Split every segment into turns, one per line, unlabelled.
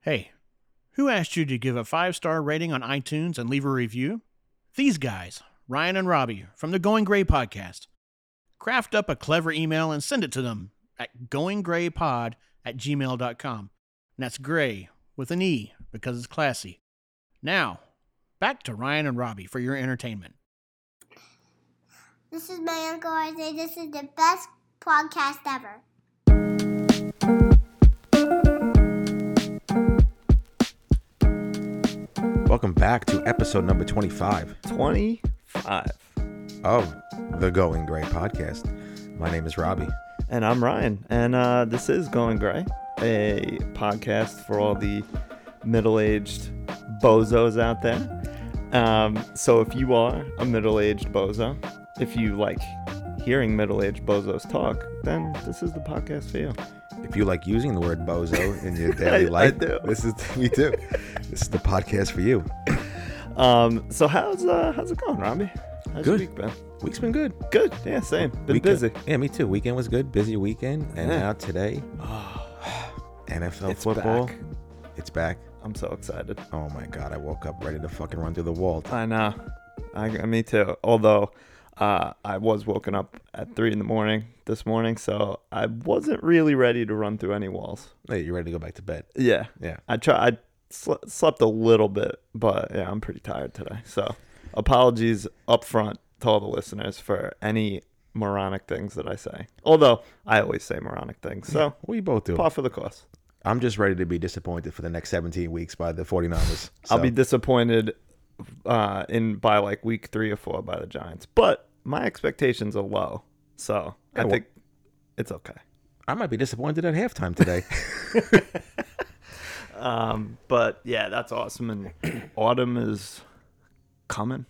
Hey, who asked you to give a five star rating on iTunes and leave a review? These guys, Ryan and Robbie from the Going Gray podcast. Craft up a clever email and send it to them at goinggraypod at gmail.com. And that's gray with an E because it's classy. Now, back to Ryan and Robbie for your entertainment.
This is my Uncle Isaiah. This is the best podcast ever.
Welcome back to episode number 25
25.
of the Going Gray podcast. My name is Robbie.
And I'm Ryan. And uh, this is Going Gray, a podcast for all the middle aged bozos out there. Um, so if you are a middle aged bozo, if you like hearing middle aged bozos talk, then this is the podcast for you.
If you like using the word bozo in your daily
I
life,
do.
this is me too. This is the podcast for you.
Um, so how's uh, how's it going, Robbie? How's
Good.
your week been?
Week's been good.
Good. Yeah, same. Been
Weekend-
busy.
Yeah, me too. Weekend was good. Busy weekend. And
Yeah.
now today, NFL
It's
football.
back.
It's back.
I'm so excited.
Oh my God. I woke up ready to fucking run through the wall.
I know. I me too. Although uh, I was woken up at three in the morning this morning, so I wasn't really ready to run through any walls.
Hey, you ready to go back to bed?
Yeah,
Yeah.
I try. I sl- slept a little bit, but yeah, I'm pretty tired today. So apologies up front to all the listeners for any moronic things that I say. Although I always say moronic things, so
We both do.
par for the course.
I'm just ready to be disappointed for the next 17 weeks by the 49ers.
I'll
So,
be disappointed uh, in by like week three or four by the Giants, but my expectations are low, so I
well-
think it's okay.
I might be disappointed at halftime today.
Um, but yeah, that's awesome, and autumn is coming.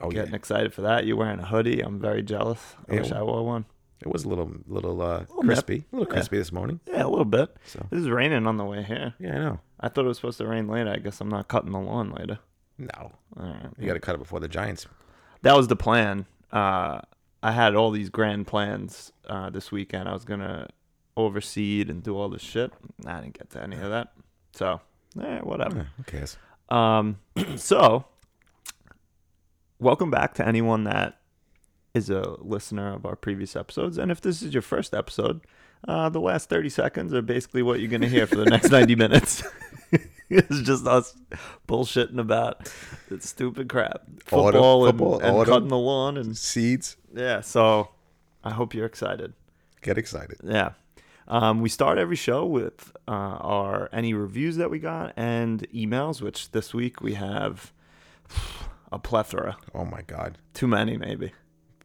oh, yeah.
Getting excited for that. You're wearing a hoodie. I'm very jealous. I
Yeah,
wish
well-
I wore one.
It was a little, little, uh,
nip.
crispy, a little crispy this morning.
Yeah, a little bit.
So-
This is raining on the way here.
Yeah, I know.
I thought it was supposed to rain later. I guess I'm not cutting the lawn later.
No,
All right.
you got to cut it before the Giants.
that was the plan. Uh, I had all these grand plans uh, this weekend. I was gonna overseed and do all this shit. I didn't get to any of that. So, eh,
Yeah,
whatever.
who cares?
Um, so, welcome back to anyone that is a listener of our previous episodes. And if this is your first episode, uh, the last 30 seconds are basically what you're going to hear for the next 90 minutes. it's just us bullshitting about that stupid crap.
Autumn-
Football, and,
football,
and
autumn.
cutting the lawn. And
Seeds
yeah, so I hope you're excited.
get excited.
Yeah. Um, we start every show with uh, our any reviews that we got and emails, which this week we have a plethora.
Oh my God!
Too many, maybe.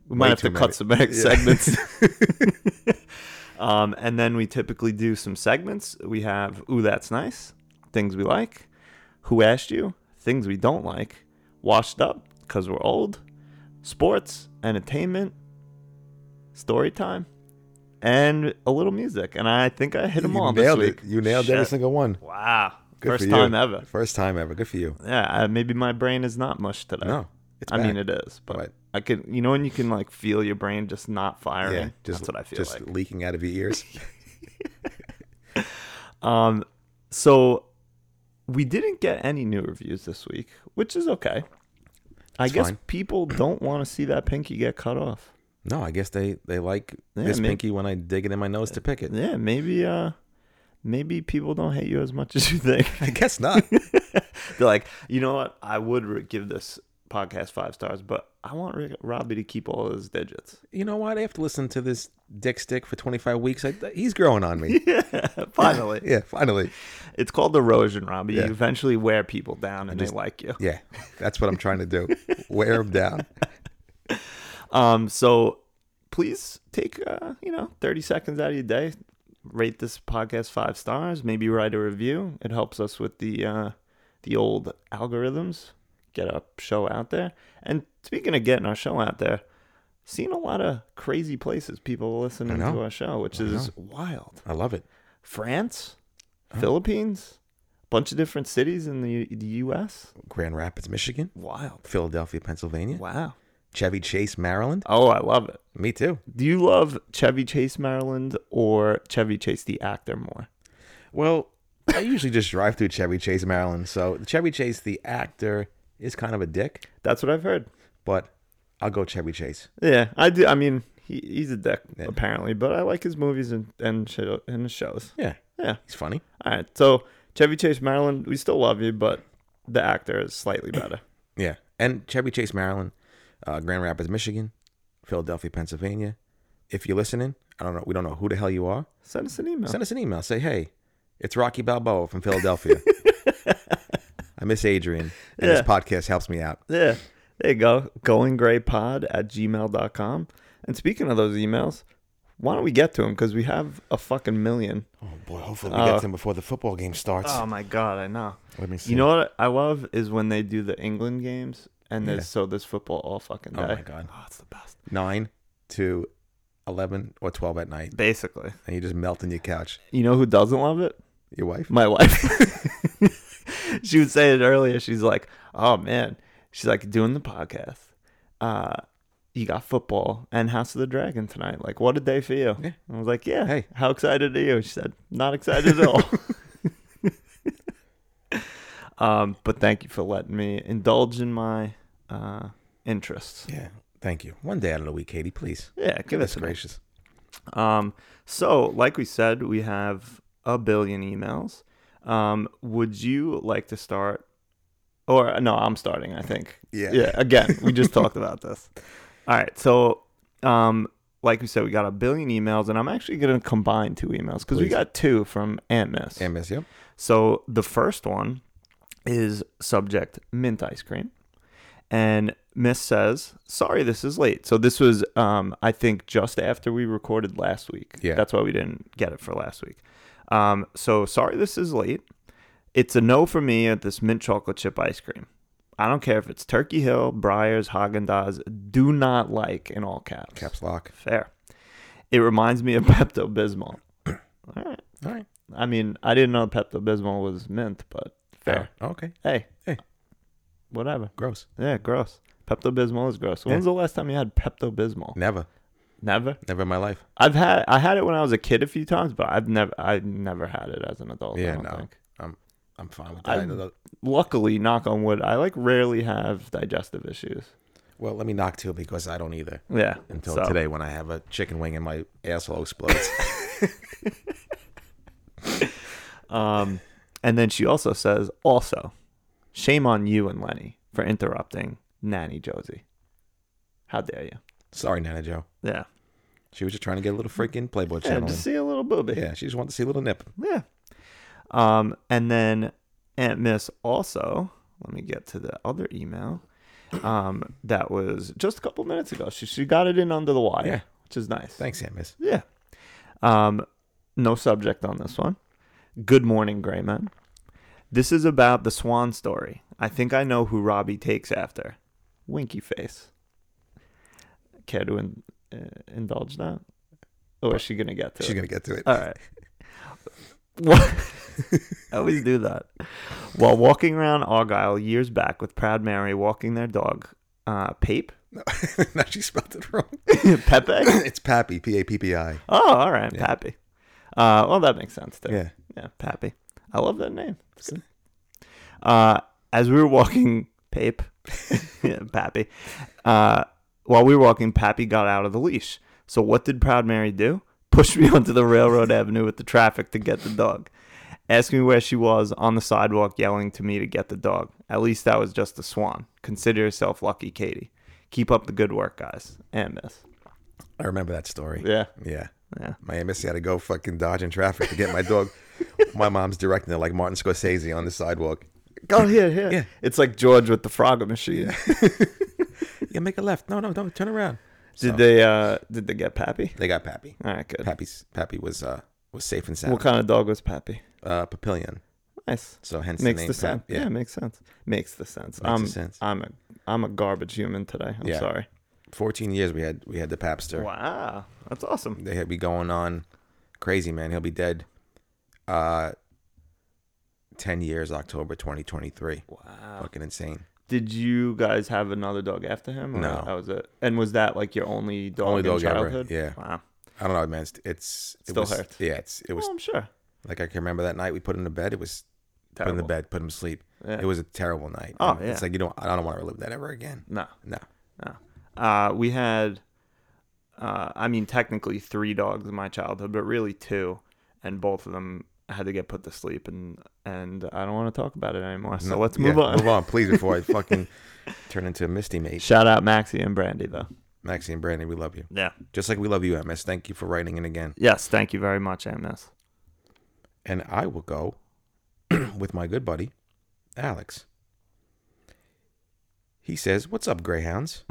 We
Way
might have
too
to
many.
cut some back segments. um, and then we typically do some segments. We have Ooh, That's Nice, Things We Like, Who Asked You, Things We Don't Like, Washed Up, Because We're Old, Sports, Entertainment, Story Time, and a little music. And I think I hit them
you
all
nailed
this
it.
week.
You nailed every
Shit.
single one.
Wow.
Good
First
for
time
you.
ever.
First time ever. Good for you.
Yeah, I, maybe my brain is not mush today.
No, it's
I mean
back.
it is, but
Right.
I can you know when you can like feel your brain just not firing. That's what I feel
just
like.
leaking out of your ears.
Um, so we didn't get any new reviews this week, which is okay. I
It's
guess
fine.
people don't want to see that pinky get cut off.
no, I guess they they like
Yeah,
this
maybe-
pinky when I dig it in my nose to pick it.
Yeah, maybe uh, maybe people don't hate you as much as you think.
I guess not.
They're like, you know what? I would re- give this podcast five stars, but I want Rick- Robbie to keep all his digits.
you know what? After listening to this dick stick for 25 weeks, I, he's growing on me.
Finally,
yeah, finally.
it's called erosion, Robbie.
Yeah.
You eventually wear people down, and they like you.
Yeah, that's what I'm trying to do. Wear him down.
Um, so please take uh, you know, 30 seconds out of your day, rate this podcast five stars, maybe write a review. It helps us with the uh the old algorithms, get our show out there. And speaking of getting our show out there, seen a lot of crazy places people listening
I know.
to our show, which is wild.
I love it.
France,
Oh.
Philippines, bunch of different cities in the the US.
Grand Rapids, Michigan,
Wild.
Philadelphia, Pennsylvania,
Wow.
Chevy Chase, Maryland.
Oh, I love it.
Me too.
Do you love Chevy Chase Maryland or Chevy Chase the actor more?
Well, I usually just drive through Chevy Chase, Maryland. So Chevy Chase, the actor, is kind of a dick,
That's what I've heard.
but I'll go Chevy Chase.
Yeah, I do. I mean, he, he's a dick apparently, but I like his movies and and, show, and his shows.
Yeah,
Yeah.
he's funny.
All right. So Chevy Chase, Maryland, we still love you, but the actor is slightly better.
Yeah, and Chevy Chase, Maryland, uh, Grand Rapids, Michigan, Philadelphia, Pennsylvania. If you're listening, I don't know. We don't know who the hell you are.
Send us an email.
Send us an email. Say, hey, it's Rocky Balboa from Philadelphia. I miss Adrian, and
Yeah.
this podcast helps me out.
yeah. There you go. GoingGrayPod at gmail.com. And speaking of those emails, why don't we get to them? Because we have a fucking million.
Oh boy, hopefully we get them before the football game starts.
Oh my God, I know.
Let me
Uh, You know what I love is when they do the England games and there's
Yeah.
so there's football all fucking day.
Oh my God.
Oh, it's the best.
nine to eleven or twelve at night,
Basically.
and you just melt in your couch.
You know who doesn't love it?
Your wife.
my wife. she would say it earlier. She's like, "Oh man," she's like doing the podcast. Uh, you got football and House of the Dragon tonight. Like, what a day for you!
Yeah.
I was like, "Yeah."
Hey.
how excited are you? She said, "Not excited at all." um, but thank you for letting me indulge in my uh, interests.
Yeah. Thank you. One day out of the week, Katie, please.
Yeah, give us
That's
a break.
gracious.
Um, so, like we said, we have a billion emails. Um, would you like to start? Or no, I'm starting. I think.
Yeah.
Yeah. Again, we just talked about this. All right. So, um, like we said, we got a billion emails, and I'm actually going to combine two emails because we
Please.
got two from Aunt Miss.
And miss you.
So the first one is subject mint ice cream. And Miss says, sorry, this is late. So this was, um, I think, just after we recorded last week.
Yeah.
That's why we didn't get it for last week. Um, so sorry, this is late. It's a no for me at this mint chocolate chip ice cream. I don't care if it's Turkey Hill, Briars, Haagen Dazs. Do not like in all caps.
Caps lock.
Fair. It reminds me of Pepto Bismol. all right.
All right.
I mean, I didn't know Pepto Bismol was mint, but fair.
Oh, okay.
Hey,
Hey.
whatever.
Gross.
Yeah, gross. Pepto Bismol is gross. When's the last time you had Pepto Bismol?
Never.
Never.
Never in my life.
I've had I had it when I was a kid a few times, but I've never I never had it as an adult. I
yeah.
don't
No.
think.
I'm. I'm fine with that.
I'm- Luckily, knock on wood, I like rarely have digestive issues.
well, let me knock two because I don't either.
Yeah.
Until
so-
today, when I have a chicken wing and my asshole explodes.
Um, and then she also says, also, shame on you and Lenny for interrupting Nanny Josie. How dare you?
Sorry, Nana Joe.
Yeah.
She was just trying to get a little freaking Playboy
Yeah,
channel.
just see a little booby.
in. Yeah, she just wanted to see a little nip.
Yeah. Um, and then Aunt Miss also, let me get to the other email. Um, that was just a couple minutes ago. She she got it in under the wire,
Yeah.
which is nice.
Thanks, Aunt Miss.
Yeah. Um, no subject on this one. Good morning, Gray Men. This is about the swan story. I think I know who Robbie takes after. Winky face. Care to in, uh, indulge that? Or is she going to get to it?
She's gonna get to it.
All right. What? I always do that. While walking around Argyle years back with Proud Mary walking their dog, uh, Pape?
now she spelled it wrong.
Pepe?
it's Pappy. P A P P I.
Oh, all right, Pappy. Uh, well, that makes sense too.
Yeah.
yeah, Pappy. I love that name. It's good. Uh, as we were walking, Pape, yeah, Pappy. Uh, while we were walking, Pappy got out of the leash. So what did Proud Mary do? Push me onto the railroad avenue with the traffic to get the dog. Asked me where she was on the sidewalk, yelling to me to get the dog. At least that was just a swan. Consider yourself lucky, Katie. Keep up the good work, guys. And miss.
I remember that story.
Yeah.
Yeah.
Yeah.
My Aunt Missy had to go fucking dodging traffic to get my dog. my mom's directing it like Martin Scorsese on the sidewalk.
Oh, here, here.
Yeah.
It's like George with the frog machine.
Yeah, make a left. No, no, no, turn around.
Did they uh did they get Pappy?
They got Pappy.
All right, good.
Pappy's Pappy was uh was safe and sound.
What kind of dog was Pappy?
Uh Papillion.
Nice.
So hence
makes
the
the,
name
sense.
Pap-
Yeah.
Yeah.
makes sense. Makes the sense.
the
I'm,
sense.
I'm a I'm a garbage human today. I'm
Yeah.
sorry.
Fourteen years we had we had the Papster.
Wow, that's awesome.
They had be going on crazy, man. He'll be dead uh ten years, October twenty twenty three.
Wow.
Fucking insane.
Did you guys have another dog after him? or
No.
that was it. And was that like your only dog
Only
in
dog ever,
childhood?
yeah.
Wow.
I don't know, man. It's, it's it
Still
was-
hurts.
Yeah, it's it was
Well, I'm sure.
Like I can remember that night we put him to bed. It was put him to
Terrible.
bed, put him to sleep.
Yeah.
It was a terrible night.
Oh,
And It's
yeah.
like you don't. I don't want to relive that ever again.
No,
No.
no. Uh, we had, uh, I mean, technically three dogs in my childhood, but really two, and both of them had to get put to sleep, and and I don't want to talk about it anymore. So
No.
let's
Yeah,
move on.
Move on, please, before I fucking turn into a misty mate.
Shout out Maxie and Brandy though.
Maxie and Brandy, we love you.
Yeah.
Just like we love you, MS. Thank you for writing in again.
Yes. Thank you very much, MS.
and I will go with my good buddy, Alex. He says, What's up, Greyhounds?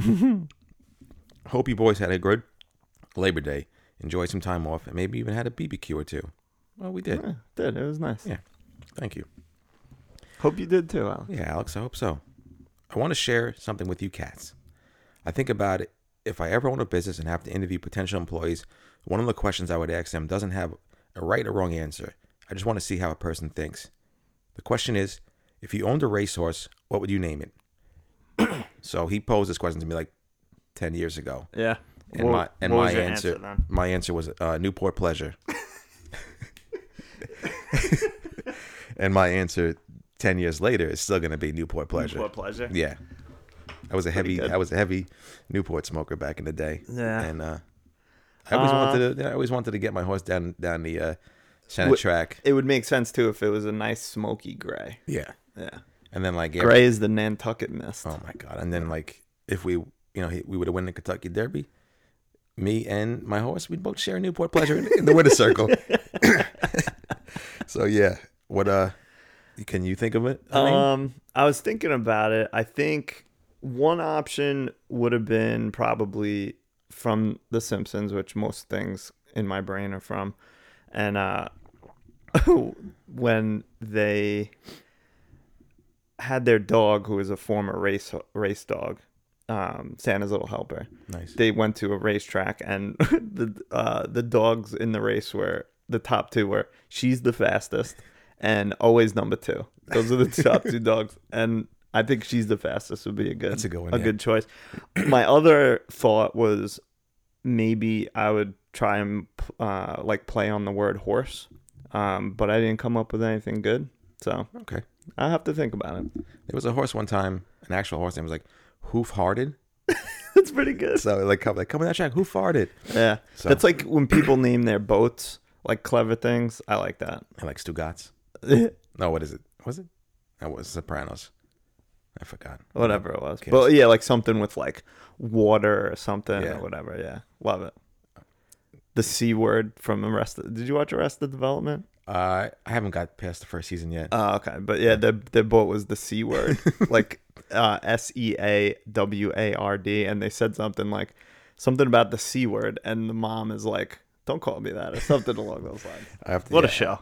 Hope you boys had a good Labor Day, enjoyed some time off, and maybe even had a BBQ or two. Well, we did.
Yeah, did it was nice.
Yeah. Thank you.
Hope you did too, Alan.
Yeah, Alex, I hope so. I want to share something with you cats. I think about it. If I ever own a business and have to interview potential employees, one of the questions I would ask them doesn't have a right or wrong answer. I just want to see how a person thinks. The question is if you owned a racehorse, what would you name it? so he posed this question to me like 10 years ago.
Yeah.
And
What-
my, and
what
my
was your
answer,
then?
my answer was uh, Newport Pleasure. and my answer 10 years later is still going to be Newport Pleasure.
What pleasure?
Yeah. I was a heavy
good.
I was a heavy Newport smoker back in the day.
Yeah. Uh,
And uh I always wanted to I always wanted to get my horse down down the uh Senate
Wh-
track.
It would make sense too if it was a nice smoky gray.
Yeah.
Yeah.
And then like yeah,
Gray is the Nantucket mist.
oh my god. And then like if we you know he, we would have won the Kentucky Derby, me and my horse we'd both share a Newport pleasure in, in the winner's circle. so yeah. What uh can you think of it? I mean,
Um, I was thinking about it. I think one option would have been probably from The Simpsons, which most things in my brain are from, and uh, when they had their dog, who was a former race race dog, um, Santa's little helper.
nice.
They went to a racetrack, and the uh, the dogs in the race were the top two were she's the fastest and always number two. Those are the top two dogs, and I think she's the fastest would be a good
That's a good one,
a
yeah.
good choice. My other thought was maybe I would try and uh, like play on the word horse, um, but I didn't come up with anything good, so
Okay.
I have to think about it.
There was a horse one time, an actual horse name was like Hoof Hearted.
It's pretty good.
So like come like come on that track, who farted?
Yeah.
So-
That's like when people name their boats like clever things. I like that.
I like Stugatz. No, what is it? Was it? That was Sopranos. I forgot.
whatever it was. But yeah, like something with like water or something
Yeah.
or whatever. Yeah. Love it. The C word from Arrested. Did you watch Arrested Development?
Uh, I haven't got past the first season yet.
Oh, okay. But yeah, their, their boat was the C word, like uh, S E A W A R D. And they said something like, something about the C word. And the mom is like, don't call me that or something along those lines.
I have to,
What a
yeah,
show.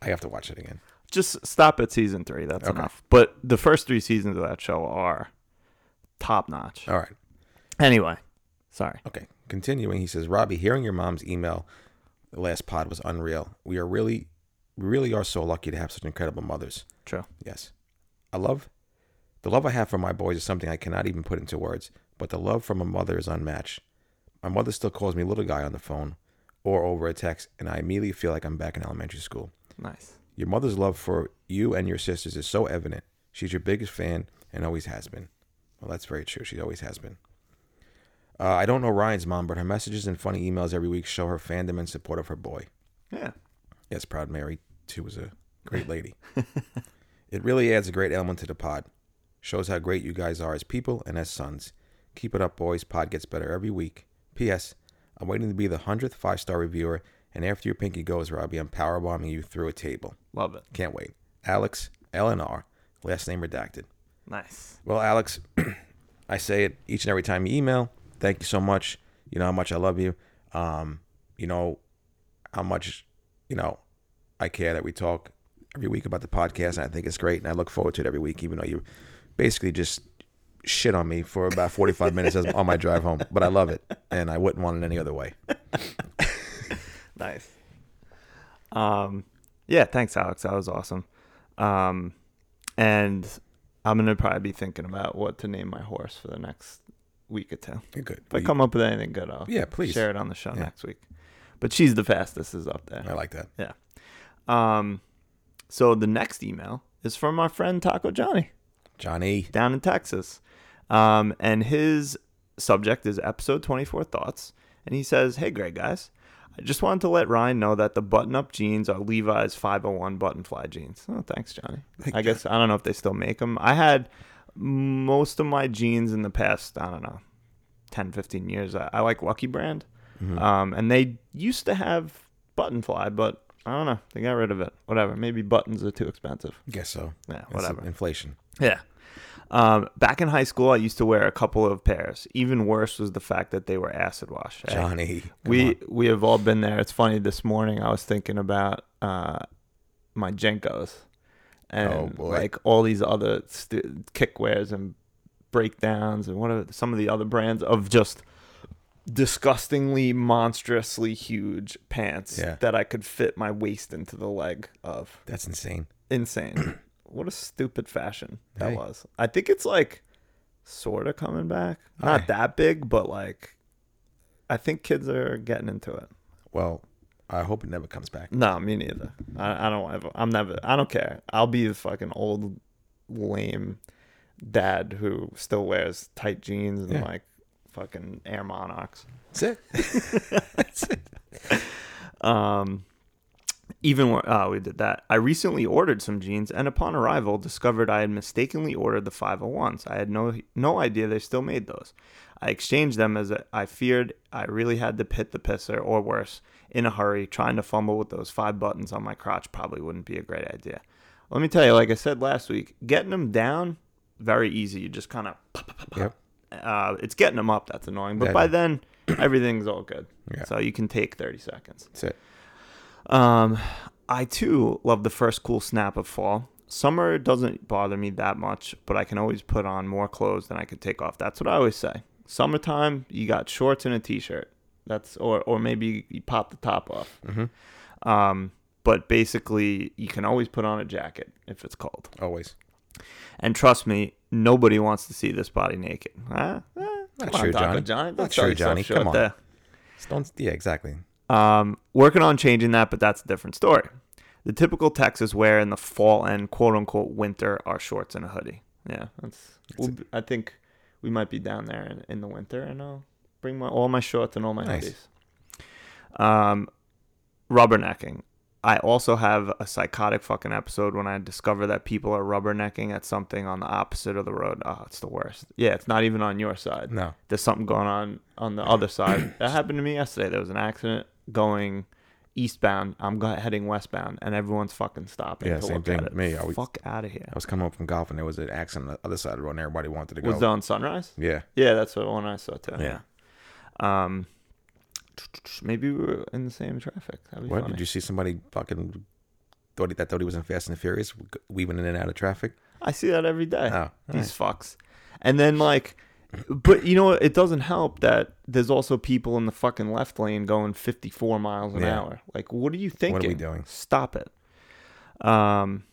I have to watch it again.
just stop at season three. That's enough. But the first three seasons of that show are top notch.
All right.
Anyway, sorry.
Okay. Continuing, he says, Robbie, hearing your mom's email the last pod was unreal. We are really, we really are so lucky to have such incredible mothers.
True.
Yes. I love the love I have for my boys is something I cannot even put into words, but the love from a mother is unmatched. My mother still calls me little guy on the phone or over a text, and I immediately feel like I'm back in elementary school.
Nice.
Your mother's love for you and your sisters is so evident. She's your biggest fan and always has been. Well, that's very true. She always has been. Uh, I don't know Ryan's mom, but her messages and funny emails every week show her fandom and support of her boy.
Yeah.
Yes, Proud Mary, too, was a great lady. it really adds a great element to the pod. Shows how great you guys are as people and as sons. Keep it up, boys. Pod gets better every week. P.S. I'm waiting to be the 100th five star reviewer, and after your pinky goes, Robbie, I'm powerbombing you through a table.
Love it.
Can't wait. Alex LNR, last name redacted.
Nice.
Well, Alex, I say it each and every time you email. Thank you so much. You know how much I love you. Um, you know how much you know I care that we talk every week about the podcast, and I think it's great, and I look forward to it every week, even though you basically just shit on me for about forty-five minutes as- on my drive home. But I love it, and I wouldn't want it any other way.
Nice. Um, yeah. Thanks, Alex. That was awesome. Um, and I'm gonna probably be thinking about what to name my horse for the next week or two.
You're good.
If I come up with anything good, I'll
Yeah, please.
share it on the show
Yeah.
next week. But she's the fastest is up there.
I like that.
Yeah. Um, so the next email is from our friend Taco Johnny
Johnny.
down in Texas. Um, and his subject is episode 24 Thoughts. And he says, Hey, Greg, guys. I just wanted to let Ryan know that the button up jeans are Levi's 501 button fly jeans. Oh, thanks, Johnny. I guess I don't know if they still make them. I had most of my jeans in the past, I don't know, 10, 15 years. I, I like Lucky Brand. Um, and they used to have button fly, but I don't know. They got rid of it. Whatever. Maybe buttons are too expensive.
Guess so.
Yeah,
It's
whatever.
inflation.
Yeah. Um, back in high school, I used to wear a couple of pairs. Even worse was the fact that they were acid washed. eh?
Johnny. come
we
on.
we have all been there. It's funny. This morning, I was thinking about uh, my Jenkos and
Oh, boy.
like all these other st- kickwares and breakdowns and what are some of the other brands of just disgustingly monstrously huge pants
Yeah.
that I could fit my waist into the leg of
That's insane.
insane. what a stupid fashion that
Hey.
was. I think it's like sort of coming back. Not
Aye.
that big, but like I think kids are getting into it.
Well, I hope it never comes back.
No, me neither. I, I don't ever. I'm never. I don't care. I'll be the fucking old lame dad who still wears tight jeans and
Yeah.
like fucking Air Monarchs.
That's it.
Um, even wor- oh, we did that. I recently ordered some jeans, and upon arrival, discovered I had mistakenly ordered the 501s. I had no no idea they still made those. I exchanged them as I feared I really had to pit the pisser, or worse, in a hurry, trying to fumble with those five buttons on my crotch probably wouldn't be a great idea. Let me tell you, like I said last week, getting them down very easy. You just kind of
yep.
uh, it's getting them up that's annoying, but
Yeah.
by then everything's all good.
Yeah.
So you can take thirty seconds.
That's it.
Um, I too love the first cool snap of fall. Summer doesn't bother me that much, but I can always put on more clothes than I could take off. That's what I always say. Summertime, you got shorts and a t-shirt. That's or or maybe you pop the top off.
Mm-hmm.
Um, but basically, you can always put on a jacket if it's cold.
Always.
And trust me, nobody wants to see this body naked. Huh? Eh,
Not
come on,
true,
Taco
Johnny.
Johnny.
Not
Don't sell
true,
yourself
Johnny.
short
Come on.
there.
Just Don't. Yeah. Exactly.
Um, working on changing that, but that's a different story. The typical Texas wear in the fall and quote unquote winter are shorts and a hoodie. Yeah, that's. we'll be- I think we might be down there in, in the winter, and I'll bring my all my shorts and all my
Nice.
hoodies. Um, rubbernecking. I also have a psychotic fucking episode when I discover that people are rubbernecking at something on the opposite of the road. Oh, it's the worst. Yeah, it's not even on your side
No.
there's something going on on the other side. that happened to me yesterday. There was an accident going eastbound. I'm go- heading westbound, and everyone's fucking stopping.
Yeah,
to
same
look
thing
at
with
it.
me. I was-
Fuck out of here.
I was coming home from golf and there was an accident on the other side of the road and everybody wanted to go.
Was that on sunrise?
yeah.
Yeah, that's the one I saw too.
Yeah.
Um, maybe we were in the same traffic. That'd be
What
funny.
did you see? Somebody fucking thought he, that thought he was in Fast and the Furious, weaving in and out of traffic.
I see that every day.
Oh,
These fucks. And then like but you know what? It doesn't help that there's also people in the fucking left lane going 54 miles an
Yeah.
hour. Like, what are you thinking?
are we doing?
Stop it. Um,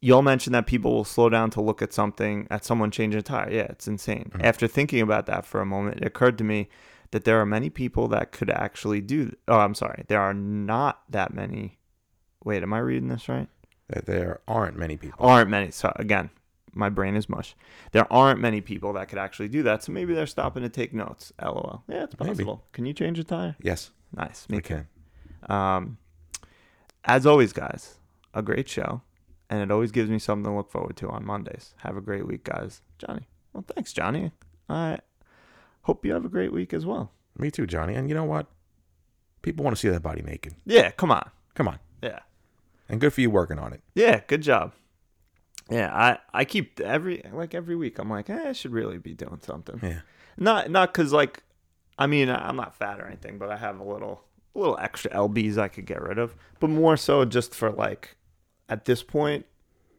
y'all mentioned that people will slow down to look at something at someone changing a tire. Yeah, it's insane.
Mm-hmm.
After thinking about that for a moment, it occurred to me that there are many people that could actually do. Oh, I'm sorry. There are not that many. Wait, am I reading this right?
That there aren't many people.
aren't many. So again, my brain is mush. There aren't many people that could actually do that. So maybe they're stopping to take notes. LOL. Yeah, it's
Maybe.
possible. Can you change a tire?
Yes,
Nice.
we
Me
can.
too. Um, as always, guys, a great show, and it always gives me something to look forward to on Mondays. Have a great week, guys. Johnny. Well, thanks, Johnny. I hope you have a great week as well.
Me too, Johnny. And you know what? People want to see that body naked.
Yeah. Come on.
Come on.
Yeah.
And good for you working on it.
Yeah, good job. Yeah, I I keep every like every week. I'm like, eh, I should really be doing something.
Yeah.
Not not because like, I mean, I- I'm not fat or anything, but I have a little a little extra lbs I could get rid of. But more so just for like, at this point,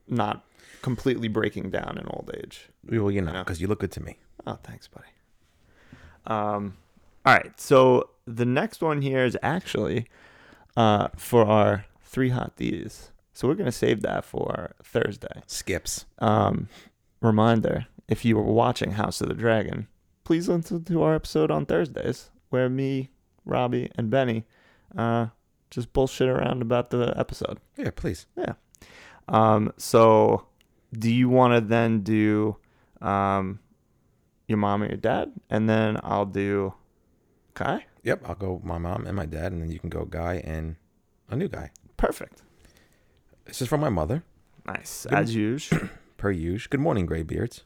not completely breaking down in old age.
Well, you know, because you look good to me.
Oh, thanks, buddy. Um, all right. So the next one here is actually uh, for our three hot D's. So we're gonna save that for Thursday.
Skips.
Um, reminder: if you were watching House of the Dragon, please listen to our episode on Thursdays, where me, Robbie, and Benny uh, just bullshit around about the episode.
Yeah, please.
Yeah. Um, so, do you want to then do um, your mom or your dad, and then I'll do Kai?
Yep, I'll go with my mom and my dad, and then you can go guy and a new guy.
Perfect.
This is from my mother,
Nice as usual.
per usual. Good morning, graybeards.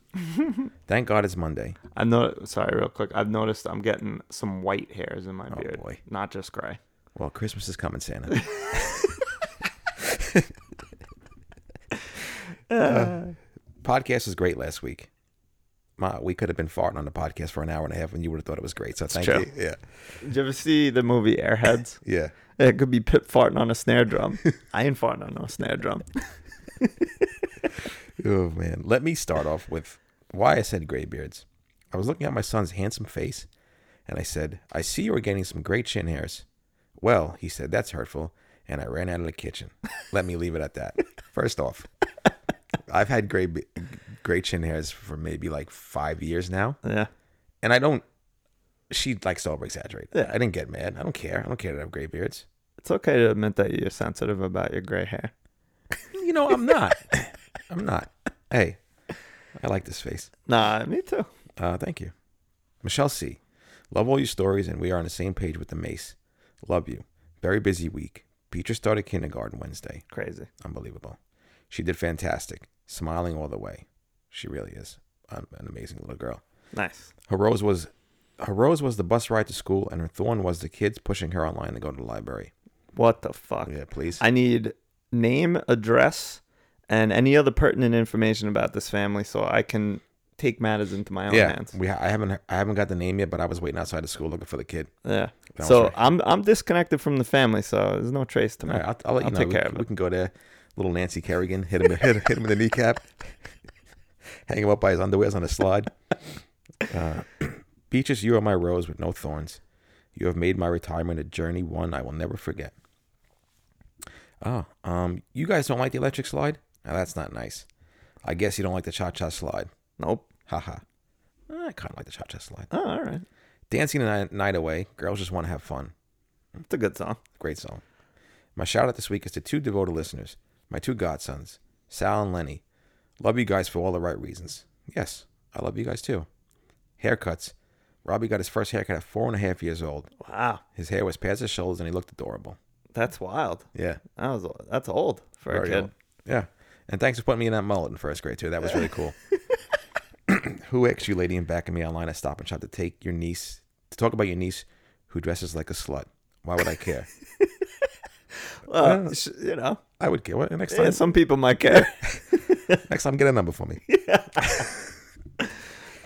Thank God it's Monday.
I'm not sorry. Real quick, I've noticed I'm getting some white hairs in my beard,
boy.
not just gray.
Well, Christmas is coming, Santa. Uh, podcast was great last week. My, we could have been farting on the podcast for an hour and a half, and you would have thought it was great. So thank
true.
you. Yeah,
Did you ever see the movie Airheads?
yeah.
It could be Pip farting on a snare drum. I ain't farting on no snare drum.
Oh man, let me start off with why I said graybeards. I was looking at my son's handsome face, and I said, "I see you are getting some great chin hairs." Well, he said, "That's hurtful," and I ran out of the kitchen. Let me leave it at that. First off, I've had gray be- gray chin hairs for maybe like five years now,
Yeah.
and I don't. She likes to over exaggerate.
Yeah.
I didn't get mad. I don't care. I don't care that I have gray beards.
It's okay to admit that you're sensitive about your gray hair.
You know, I'm not. I'm not. Hey, I like this face.
Nah, me too.
Uh, thank you. Michelle C. Love all your stories, and we are on the same page with the mace. Love you. Very busy week. Peter started kindergarten Wednesday.
Crazy.
Unbelievable. She did fantastic, smiling all the way. She really is um, an amazing little girl.
Nice.
Her rose was her rose was the bus ride to school, and her thorn was the kids pushing her online to go to the library.
What the fuck?
Yeah, please.
I need name, address, and any other pertinent information about this family so I can take matters into my own
yeah,
hands.
we ha- I haven't I haven't got the name yet, but I was waiting outside of school looking for the kid.
Yeah.
That
so
was right.
I'm I'm disconnected from the family, so there's no trace to me.
All right, I'll, I'll let you
I'll
know.
take
we,
care
can-
of
we
it.
can go there. Little Nancy Kerrigan hit him, hit, him- hit him in the kneecap. Hang him up by his underwears on a slide. Uh, Beatrice, you are my rose with no thorns. You have made my retirement a journey one I will never forget. Oh, um, you guys don't like the electric slide? Now that's not nice. I guess you don't like the cha-cha slide.
Nope.
Haha. I kind of like the cha-cha slide.
Oh, all right.
Dancing the night, night away. Girls just want to have fun.
It's a good song.
Great song. My shout out this week is to two devoted listeners, my two godsons, Sal and Lenny. Love you guys for all the right reasons. Yes, I love you guys too. Haircuts. Robbie got his first haircut at four and a half years old.
Wow.
His hair was past his shoulders and he looked adorable.
That's wild.
Yeah.
That was that's old for a
very
kid.
old. Yeah. And thanks for putting me in that mullet in first grade too. That was really cool. Who asked you, lady, and back of me online at Stop and Shop to take your niece to talk about your niece who dresses like a slut? Why would I care?
Well, sh- you know,
I would care. What next
yeah,
time?
some people might care.
Next time, get a number for me.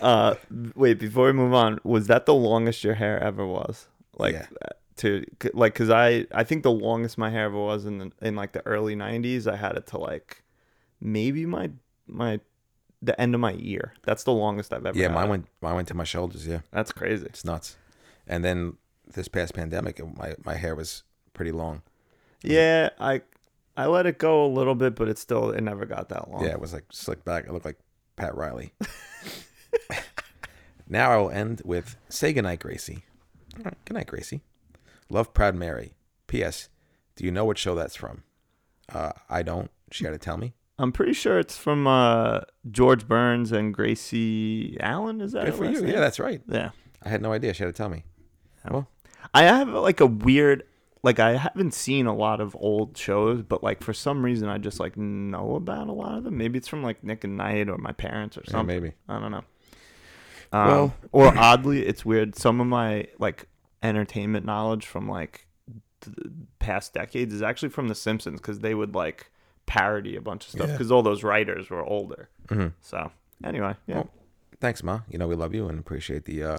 Uh, wait, before we move on, was that the longest your hair ever was? Like uh,
Yeah.
to c- like cuz I I think the longest my hair ever was in the, in like the early 90s, I had it to like maybe my my the end of my ear. That's the longest I've ever
Yeah,
had
mine
it.
went mine went to my shoulders. Yeah,
That's crazy.
it's nuts. And then this past pandemic, it- my my hair was pretty long.
Yeah, I I let it go a little bit, but it still it never got that long.
Yeah, it was like slicked back. I looked like Pat Riley. now I will end with say goodnight, Gracie. All right, goodnight, Gracie. Love, proud Mary. P.S. Do you know what show that's from? Uh, I don't. She had to tell me.
I'm pretty sure it's from uh George Burns and Gracie Allen, is that
Good
her
for
last
you.
name?
Yeah, that's right.
yeah.
I had no idea. She had to tell me. Well,
I have like a weird like I haven't seen a lot of old shows, but like for some reason I just like know about a lot of them. Maybe it's from like Nick and Knight or my parents or something.
maybe.
I don't know. Um,
Well-
or oddly, it's weird. Some of my like entertainment knowledge from like the past decades is actually from The Simpsons because they would like parody a bunch of stuff
Yeah. Mm-hmm.
because all those writers were older. So anyway, yeah.
Well, thanks, Ma. You know we love you and appreciate the uh,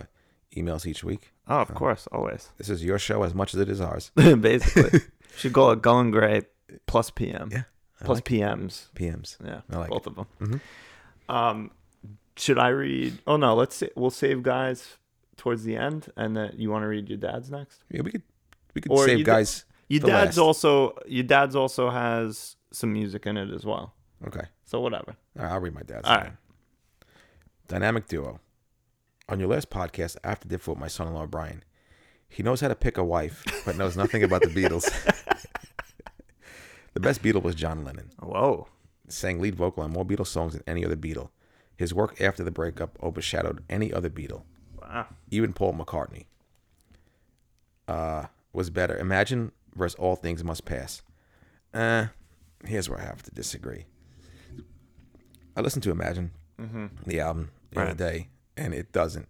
emails each week.
oh, of course, always.
This is your show as much as it is ours.
basically. Should go at Gullen Gray plus PM.
Yeah,
Plus PMs.
PMs.
Yeah.
I like Mm-hmm.
both of them. Um, should I read? Oh, no. Let's say, we'll save guys towards the end. And then you want to read your dad's next?
Yeah, we could we could
Or
save
you da-
guys.
Your
the last.
dad's also, your dad's also has some music in it as well.
Okay,
So whatever.
All right, I'll read my dad's.
All
name.
right.
Dynamic duo. On your last podcast, after did for my son-in-law Brian, He knows how to pick a wife, but knows nothing about the Beatles. the best Beatle was John Lennon,
Whoa.
sang lead vocal on more Beatles songs than any other Beatle. His work after the breakup overshadowed any other Beatle,
Wow.
even Paul McCartney. Uh, was better. Imagine versus All Things Must Pass. Uh, here's where I have to disagree. I listened to Imagine, the album, the other
Mm-hmm. Right.
day, and it doesn't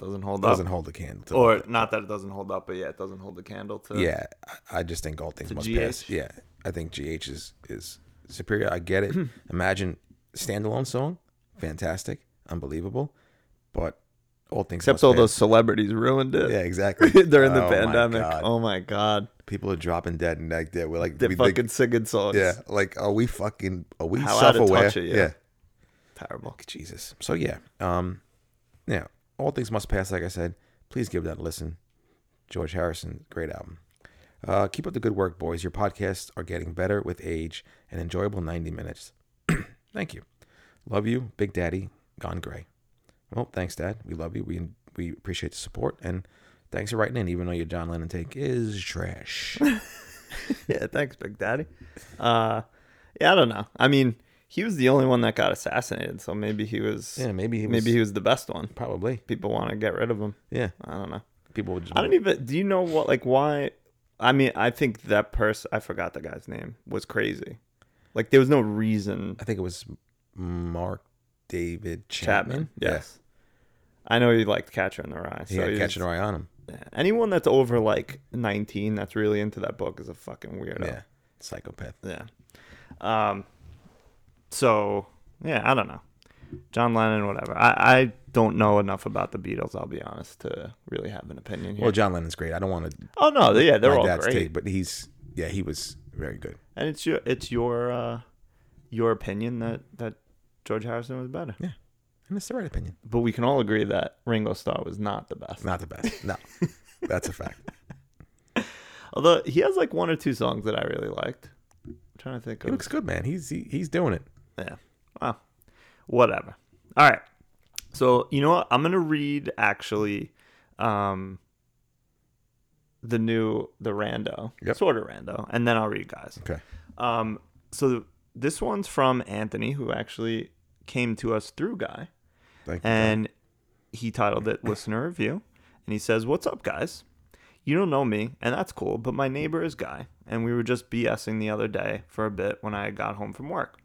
Doesn't hold
doesn't
up.
hold a candle to
Or uh, not that it doesn't hold up, but yeah, it doesn't hold the candle to.
Yeah, I- I just think all things must pass.
GH?
Yeah, I think GH is is superior. I get
Hmm.
it. Imagine standalone song, fantastic, unbelievable, but all things
Except
must
all those
pass.
celebrities ruined it
Yeah, exactly.
during the
Oh my
pandemic.
God.
oh my god,
People are dropping dead and like that. We're like,
they're
we think-
fucking singing songs.
yeah, like are we fucking are we
How out of
self-aware?
touch are you?
yeah,
terrible.
Jesus. So yeah, um, yeah, all things must pass. Like I said, please give that a listen. George Harrison, great album. Uh, keep up the good work, boys. Your podcasts are getting better with age and enjoyable 90 minutes. Thank you. Love you, Big Daddy, Gone Gray. Well, thanks, Dad. We love you. We we appreciate the support and thanks for writing in, even though your John Lennon take is trash.
yeah, thanks, Big Daddy. Uh, yeah, I don't know. I mean, he was the only one that got assassinated, so maybe he was.
Yeah, maybe he was-
maybe he was the best one.
Probably.
People want to get rid of him.
Yeah.
I don't know.
People would just.
I don't even. Do you know what? Like, why? I mean, I think that person. I forgot the guy's name. Was crazy. Like, there was no reason.
I think it was Mark David
Chapman.
Chapman.
Yes. I know he liked Catcher in the Rye.
He
so
had
he
catching
was-
eye on him.
Anyone that's over like 19 that's really into that book is a fucking weirdo.
Yeah. Psychopath.
Yeah. Um. So yeah, I don't know. John Lennon, whatever. I, I don't know enough about the Beatles. I'll be honest to really have an opinion here.
Well, John Lennon's great. I don't want to
oh no, yeah, they're
my
all
dad's
great,
take, but he's yeah, he was very good.
and it's your it's your uh, your opinion that that George Harrison was better.
Yeah. And it's the right opinion.
But we can all agree that Ringo Starr was not the best.
Not the best. No. That's a fact.
Although he has like one or two songs that I really liked. I'm trying to think.
He
Of,
looks good, man. He's he, he's doing it.
Yeah. Well, whatever. All right. So you know what? I'm gonna read actually, um, the new the rando,
Yep.
sort of rando, and then I'll read guys.
Okay.
Um, so this one's from Anthony, who actually came to us through Guy
Thank you. John.
and he titled it listener review and he says what's up guys you don't know me and that's cool but my neighbor is guy and we were just bsing the other day for a bit when i got home from work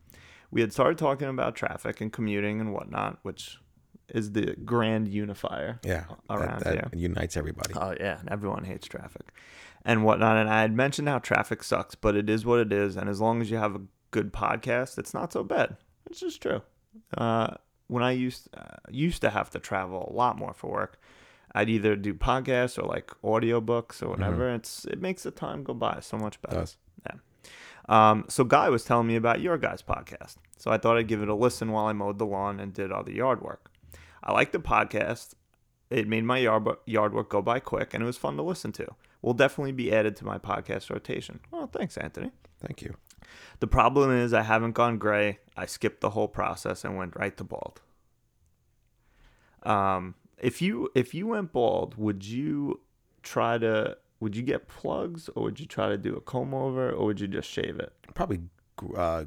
we had started talking about traffic and commuting and whatnot which is the grand unifier
yeah.
around
That, that
here
unites everybody.
Oh yeah, and everyone hates traffic and whatnot. And I had mentioned how traffic sucks, but it is what it is. And as long as you have a good podcast, it's not so bad. It's just true. Uh, when I used uh, used to have to travel a lot more for work, I'd either do podcasts or like audiobooks or whatever. It's it makes the time go by so much better.
Does.
Yeah. Um, so Guy was telling me about your guys' podcast. So I thought I'd give it a listen while I mowed the lawn and did all the yard work. I liked the podcast. It made my yard, yard work go by quick and it was fun to listen to. Will definitely be added to my podcast rotation. Well, thanks, Anthony.
Thank you.
The problem is I haven't gone gray. I skipped the whole process and went right to bald. Um, if you if you went bald, would you try to would you get plugs or would you try to do a comb over or would you just shave it?
Probably uh,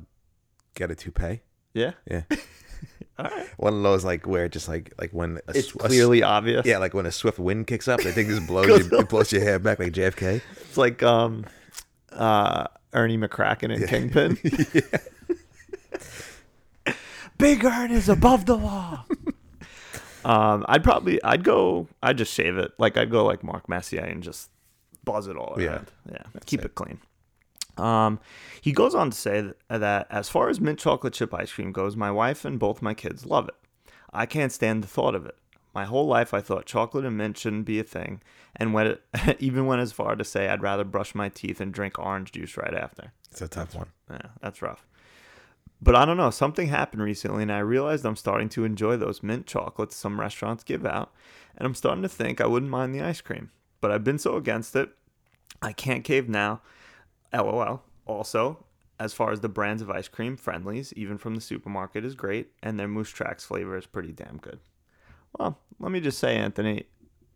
get a toupee.
Yeah.
Yeah.
All right.
One of those like where it just like like when a,
It's
sw- a s-
clearly obvious.
yeah, like when a swift wind kicks up, they think just blows your, it blows your hair back like JFK.
It's like um uh Ernie McCracken and Kingpin. Big Ern is above the law. um I'd probably I'd go I'd just shave it. Like I'd go like Mark Messier and just buzz it all around.
Yeah.
Yeah. Keep it, clean. Um, he goes on to say th- that as far as mint chocolate chip ice cream goes, my wife and both my kids love it. I can't stand the thought of it. My whole life, I thought chocolate and mint shouldn't be a thing, and when it, even went as far to say I'd rather brush my teeth and drink orange juice right after.
It's a tough one.
Yeah, that's rough. But I don't know, something happened recently and I realized I'm starting to enjoy those mint chocolates some restaurants give out, and I'm starting to think I wouldn't mind the ice cream. But I've been so against it, I can't cave now. LOL. Also, as far as the brands of ice cream, Friendlies, even from the supermarket, is great, and their Moose Tracks flavor is pretty damn good. Well, let me just say, Anthony,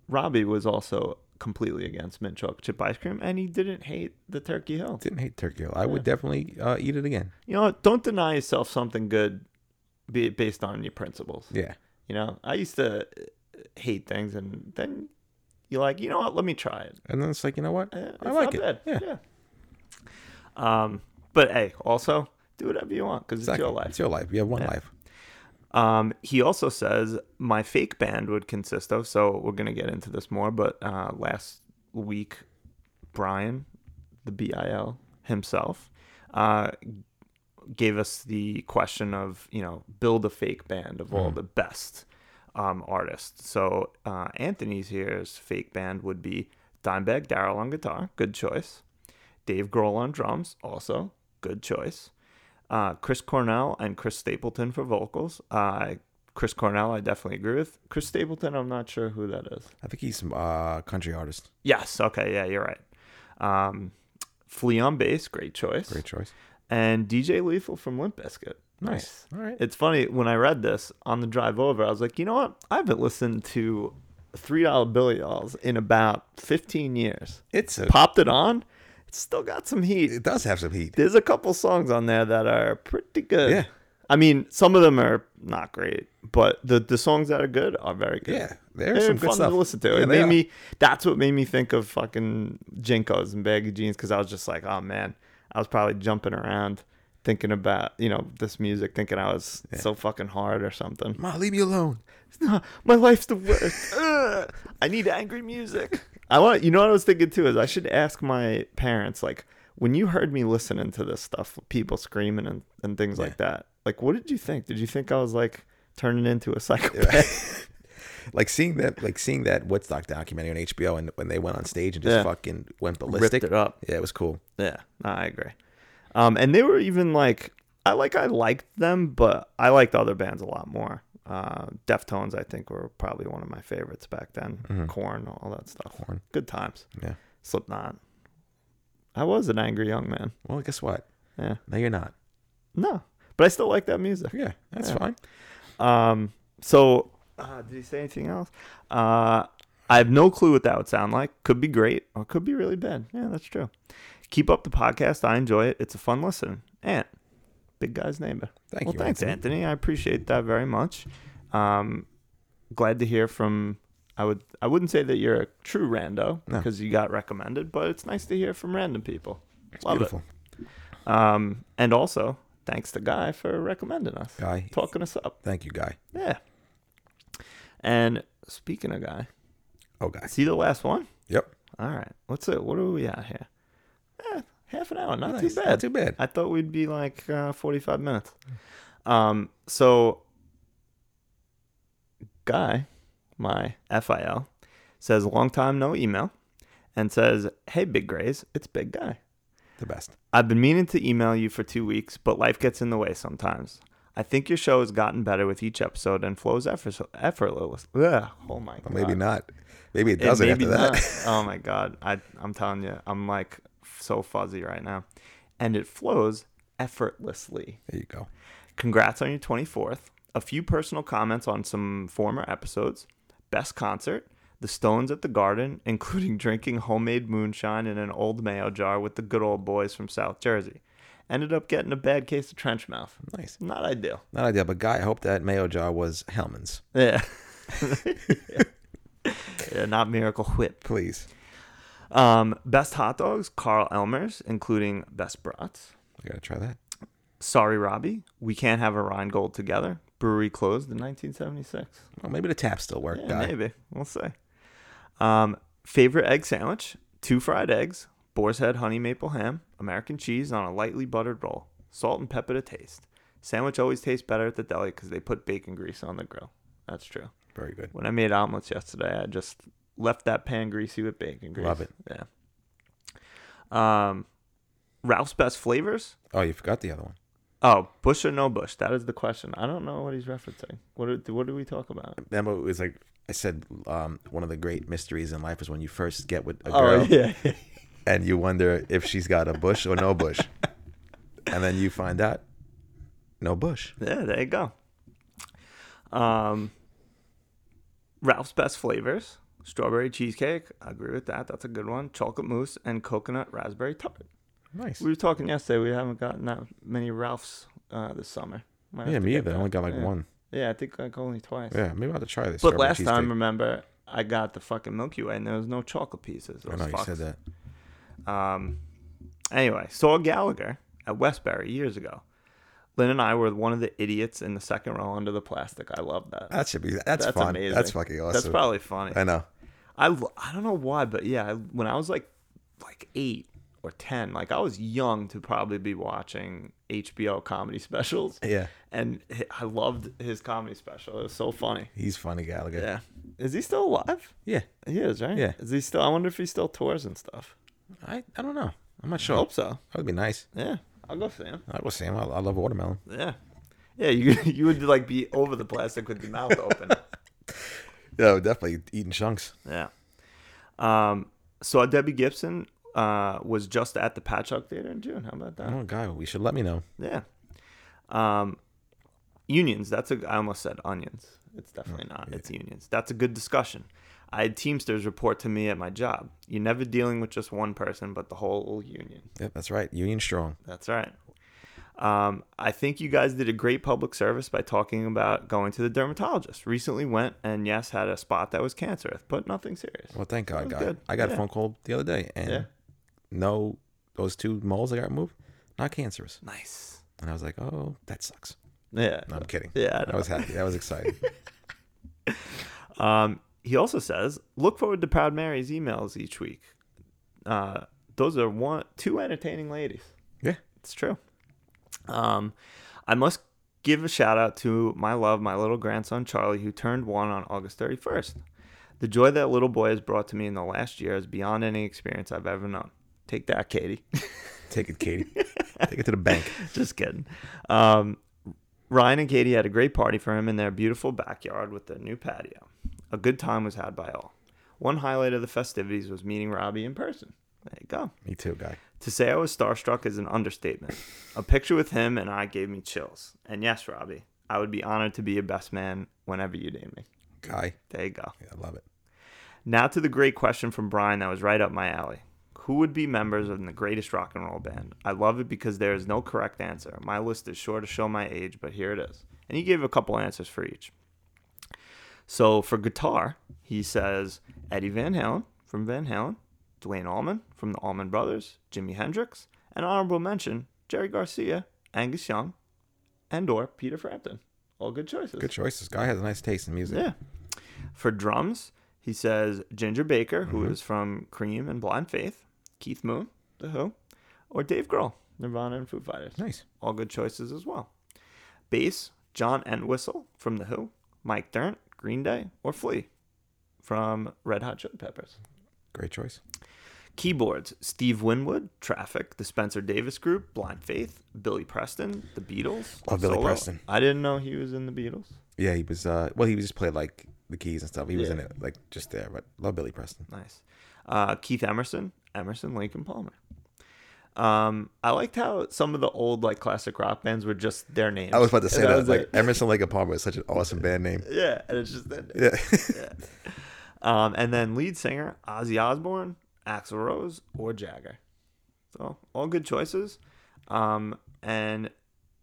Robbie was also completely against mint chocolate chip ice cream, and he didn't hate the Turkey Hill.
Didn't hate turkey. I would definitely uh, eat it again.
You know, what? don't deny yourself something good, be based on your principles.
Yeah.
You know, I used to uh, hate things, and then you're like, you know what? Let me try it.
And then Uh, it's like, you know what?
Eh, It's
I like
not
it.
Bad.
Yeah.
Um, but hey, also do whatever you want because
Exactly.
it's your life.
It's your life. You have one life.
Um, he also says my fake band would consist of. So we're gonna get into this more, but uh, last week, Brian, the BIL himself, uh, gave us the question of you know build a fake band of all the best um, artists. So uh, Anthony's here's fake band would be Dimebag Darrell on guitar, good choice. Dave Grohl on drums, also good choice. Uh, Chris Cornell and Chris Stapleton for vocals. Uh, Chris Cornell, I definitely agree with. Chris Stapleton, I'm not sure who that is.
I think he's some uh, country artist.
Yes, okay, yeah, you're right. Um, Flea on bass, great choice.
Great choice.
And DJ Lethal from Limp Bizkit.
Nice. All right.
It's funny when I read this on the drive over, I was like, you know what? I haven't listened to three dollar billy dolls in about 15 years.
It's a.
Popped it on. It's still got some heat.
It does have some heat.
There's a couple songs on there that are pretty good.
Yeah.
I mean, some of them are not great, but the, the songs that are good are very good.
Yeah, there's
They're
some good
fun
stuff.
to listen to.
Yeah,
it
they
made
are.
me. That's what made me think of fucking jinkos and baggy jeans because I was just like, oh man, I was probably jumping around thinking about you know this music, thinking I was so fucking hard or something.
Ma, leave me alone.
No, my life's the worst. Ugh, I need angry music. I want you know what I was thinking too is I should ask my parents like when you heard me listening to this stuff, people screaming and, and things like that. Like what did you think? Did you think I was like turning into a psychopath?
Like seeing that, like seeing that Woodstock documentary on HBO, and when they went on stage and just
Yeah.
fucking went ballistic.
it up.
Yeah, it was cool.
Yeah, no, I agree. Um and they were even like I like I liked them, but I liked other bands a lot more. Uh Deftones I think were probably one of my favorites back then. Corn, all that stuff.
Mm-hmm. Korn.
Good times.
Yeah.
Slipknot. I was an angry young man.
Well, guess what?
Yeah.
No, you're not.
No, but I still like that music.
Yeah, that's fine.
Um. So, uh, did he say anything else? Uh, I have no clue what that would sound like. Could be great or could be really bad. Yeah, that's true. Keep up the podcast. I enjoy it. It's a fun listen. And big guy's neighbor.
Thank
well,
you,
Thanks,
Anthony.
Anthony. I appreciate that very much. Um, glad to hear from. I would. I wouldn't say that you're a true rando
No.
because you got recommended, but it's nice to hear from random people. Love it.
Beautiful
Um, and also, thanks to Guy for recommending us,
guy.
talking us up.
Thank you, guy.
Yeah. And speaking of Guy,
Oh, guy.
see the last one.
Yep.
All right, let's see. What are we at here? Eh, half an hour, not
Nice.
too
Not
bad.
too bad.
I thought we'd be like uh, forty-five minutes. Um, so Guy, my FIL, says long time no email, and says, "Hey, Big Grays, it's Big Guy."
The best.
I've been meaning to email you for two weeks, but life gets in the way sometimes. I think your show has gotten better with each episode and flows effort- effortless. Ugh, oh my god.
Well, maybe not. Maybe it
It
doesn't
maybe
after that.
not. oh my god. I, I'm telling you, I'm like so fuzzy right now. And it flows effortlessly.
there you go.
Congrats on your 24th. A few personal comments on some former episodes. Best concert, the Stones at the Garden, including drinking homemade moonshine in an old mayo jar with the good old boys from South Jersey. Ended up getting a bad case of trench mouth.
Nice.
Not ideal.
Not idea, but guy, I hope that mayo jar was Hellman's.
Yeah. yeah. Not Miracle Whip.
Please.
Um, best hot dogs, Carl Elmer's, including Best Brats.
We gotta try that.
Sorry, Robbie. We can't have a Rheingold together. Brewery closed in 1976.
Well, maybe the tap still worked,
Yeah,
guy.
maybe. We'll see. Um, favorite egg sandwich: two fried eggs, boar's head honey maple ham, American cheese on a lightly buttered roll, salt and pepper to taste. Sandwich always tastes better at the deli because they put bacon grease on the grill. That's true.
Very good.
When I made omelets yesterday, I just left that pan greasy with bacon grease.
Love it.
Yeah. Um, Ralph's best flavors.
Oh, you forgot the other one.
Oh, Bush or no Bush? That is the question. I don't know what he's referencing. What do, what do we talk about?
Remember, it was like I said, um, one of the great mysteries in life is when you first get with a girl
Oh yeah.
and you wonder if she's got a bush or no bush. and then you find out no bush.
Yeah, there you go. Um, Ralph's best flavors. Strawberry cheesecake. I agree with that. That's a good one. Chocolate mousse and coconut raspberry tart.
Nice.
We were talking yesterday. We haven't gotten that many Ralphs uh, this summer. Might
Yeah,
have to
me
get
either. I
that.
only got like
Yeah.
one.
Yeah, I think like only twice.
Yeah, maybe I'll have to try this.
But
strawberry
last time, um,
cheesecake.
remember, I got the fucking Milky Way and there was no chocolate pieces.
I
Those
know you
fucks.
said that.
Um, anyway, saw Gallagher at Westbury years ago. Lynn and I were one of the idiots in the second row under the plastic. I love that.
That should be. That's, fun.
amazing.
That's fucking awesome.
That's probably funny.
I know.
I, l- I don't know why, but yeah, I- when I was like like eight or ten, like I was young to probably be watching HBO comedy specials.
Yeah.
and h- I loved his comedy special. It was so funny.
He's funny, Gallagher.
Yeah, is he still alive?
Yeah.
He is, right?
Yeah.
Is he still? I wonder if he still tours and stuff.
I, I don't know. I'm not sure.
I hope so.
That would be nice.
Yeah, I'll go see him.
I will Sam. I, I love watermelon.
Yeah, yeah. You you would like be over the plastic with your mouth open.
No, definitely eating chunks.
Yeah. Um. So Debbie Gibson uh was just at the Patchogue Theater in June. How about that?
Oh, God, we should let me know.
Yeah. Um, unions. That's a. I almost said onions. It's definitely not. It's unions. That's a good discussion. I had Teamsters report to me at my job. You're never dealing with just one person, but the whole union.
Yep, that's right. Union strong.
That's right. Um, I think you guys did a great public service by talking about going to the dermatologist. Recently went and yes, had a spot that was cancerous, but nothing serious.
Well, thank God,
was
God.
good.
I got
Yeah.
a phone call the other day, and
Yeah.
no, those two moles I got removed, not cancerous.
Nice.
And I was like, oh, that sucks.
Yeah.
No, I'm kidding.
Yeah, I
I was happy. That was exciting.
Um, he also says, look forward to Proud Mary's emails each week. Uh, those are one two entertaining ladies.
yeah.
It's true. Um, I must give a shout out to my love, my little grandson Charlie, who turned one on August 31st. The joy that little boy has brought to me in the last year is beyond any experience I've ever known. Take that, Katie.
Take it, Katie. Take it to the bank.
Just kidding. Um, Ryan and Katie had a great party for him in their beautiful backyard with their new patio. A good time was had by all. One highlight of the festivities was meeting Robbie in person. There you go.
Me too, guy.
To say I was starstruck is an understatement. A picture with him and I gave me chills. And yes, Robbie, I would be honored to be your best man whenever you name me.
Guy.
There you go.
Yeah, I love it.
Now to the great question from Brian that was right up my alley. Who would be members of the greatest rock and roll band? I love it because there is no correct answer. My list is sure to show my age, but here it is. And he gave a couple answers for each. So for guitar, he says Eddie Van Halen from Van Halen, Dwayne Allman from the Allman Brothers, Jimi Hendrix, and honorable mention Jerry Garcia, Angus Young, and or Peter Frampton. All good choices.
Good choices. Guy has a nice taste in music.
Yeah. For drums, he says Ginger Baker, who
Mm-hmm.
is from Cream and Blind Faith, Keith Moon, The Who, or Dave Grohl, Nirvana and Foo Fighters.
Nice.
All good choices as well. Bass, John Entwistle from The Who, Mike Dirnt, Green Day, or Flea from Red Hot Chili Peppers.
Great choice.
Keyboards, Steve Winwood, Traffic, The Spencer Davis Group, Blind Faith, Billy Preston, The Beatles.
Love Oh, Billy Preston.
I didn't know he was in The Beatles.
Yeah, he was. uh Well, he just played like the keys and stuff. He was
Yeah.
in it, like just there. But love Billy Preston.
Nice. Uh, Keith Emerson, Emerson, Lincoln Palmer. Um, I liked how some of the old like classic rock bands were just their names.
I was about to
And
say that.
was
Like
it.
Emerson Lake and Palmer is such an awesome band name.
yeah, and it's just that.
Yeah.
Um, and then lead singer Ozzy Osbourne, Axl Rose, or Jagger. So all good choices. Um, and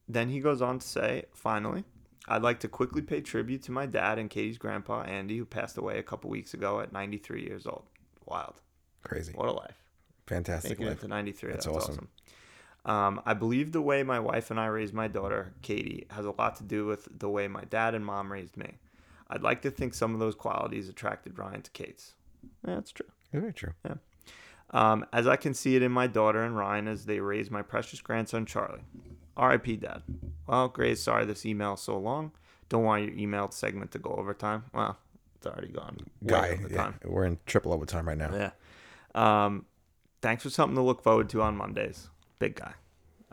then he goes on to say, finally, I'd like to quickly pay tribute to my dad and Katie's grandpa Andy, who passed away a couple weeks ago at 93 years old. Wild.
Crazy.
What a life.
Fantastic
Making it
life.
to 93. That's,
That's
awesome.
awesome.
Um, I believe the way my wife and I raised my daughter, Katie, has a lot to do with the way my dad and mom raised me. I'd like to think some of those qualities attracted Ryan to Kate's. Yeah, that's true.
Yeah, Very true.
Um, as I can see it in my daughter and Ryan as they raise my precious grandson, Charlie. RIP, Dad. Well, Grace, sorry this email is so long. Don't want your email segment to go overtime. Well, it's already gone. way
Guy.
over
Yeah. We're in triple overtime right now.
yeah. Um, thanks for something to look forward to on Mondays. Big guy.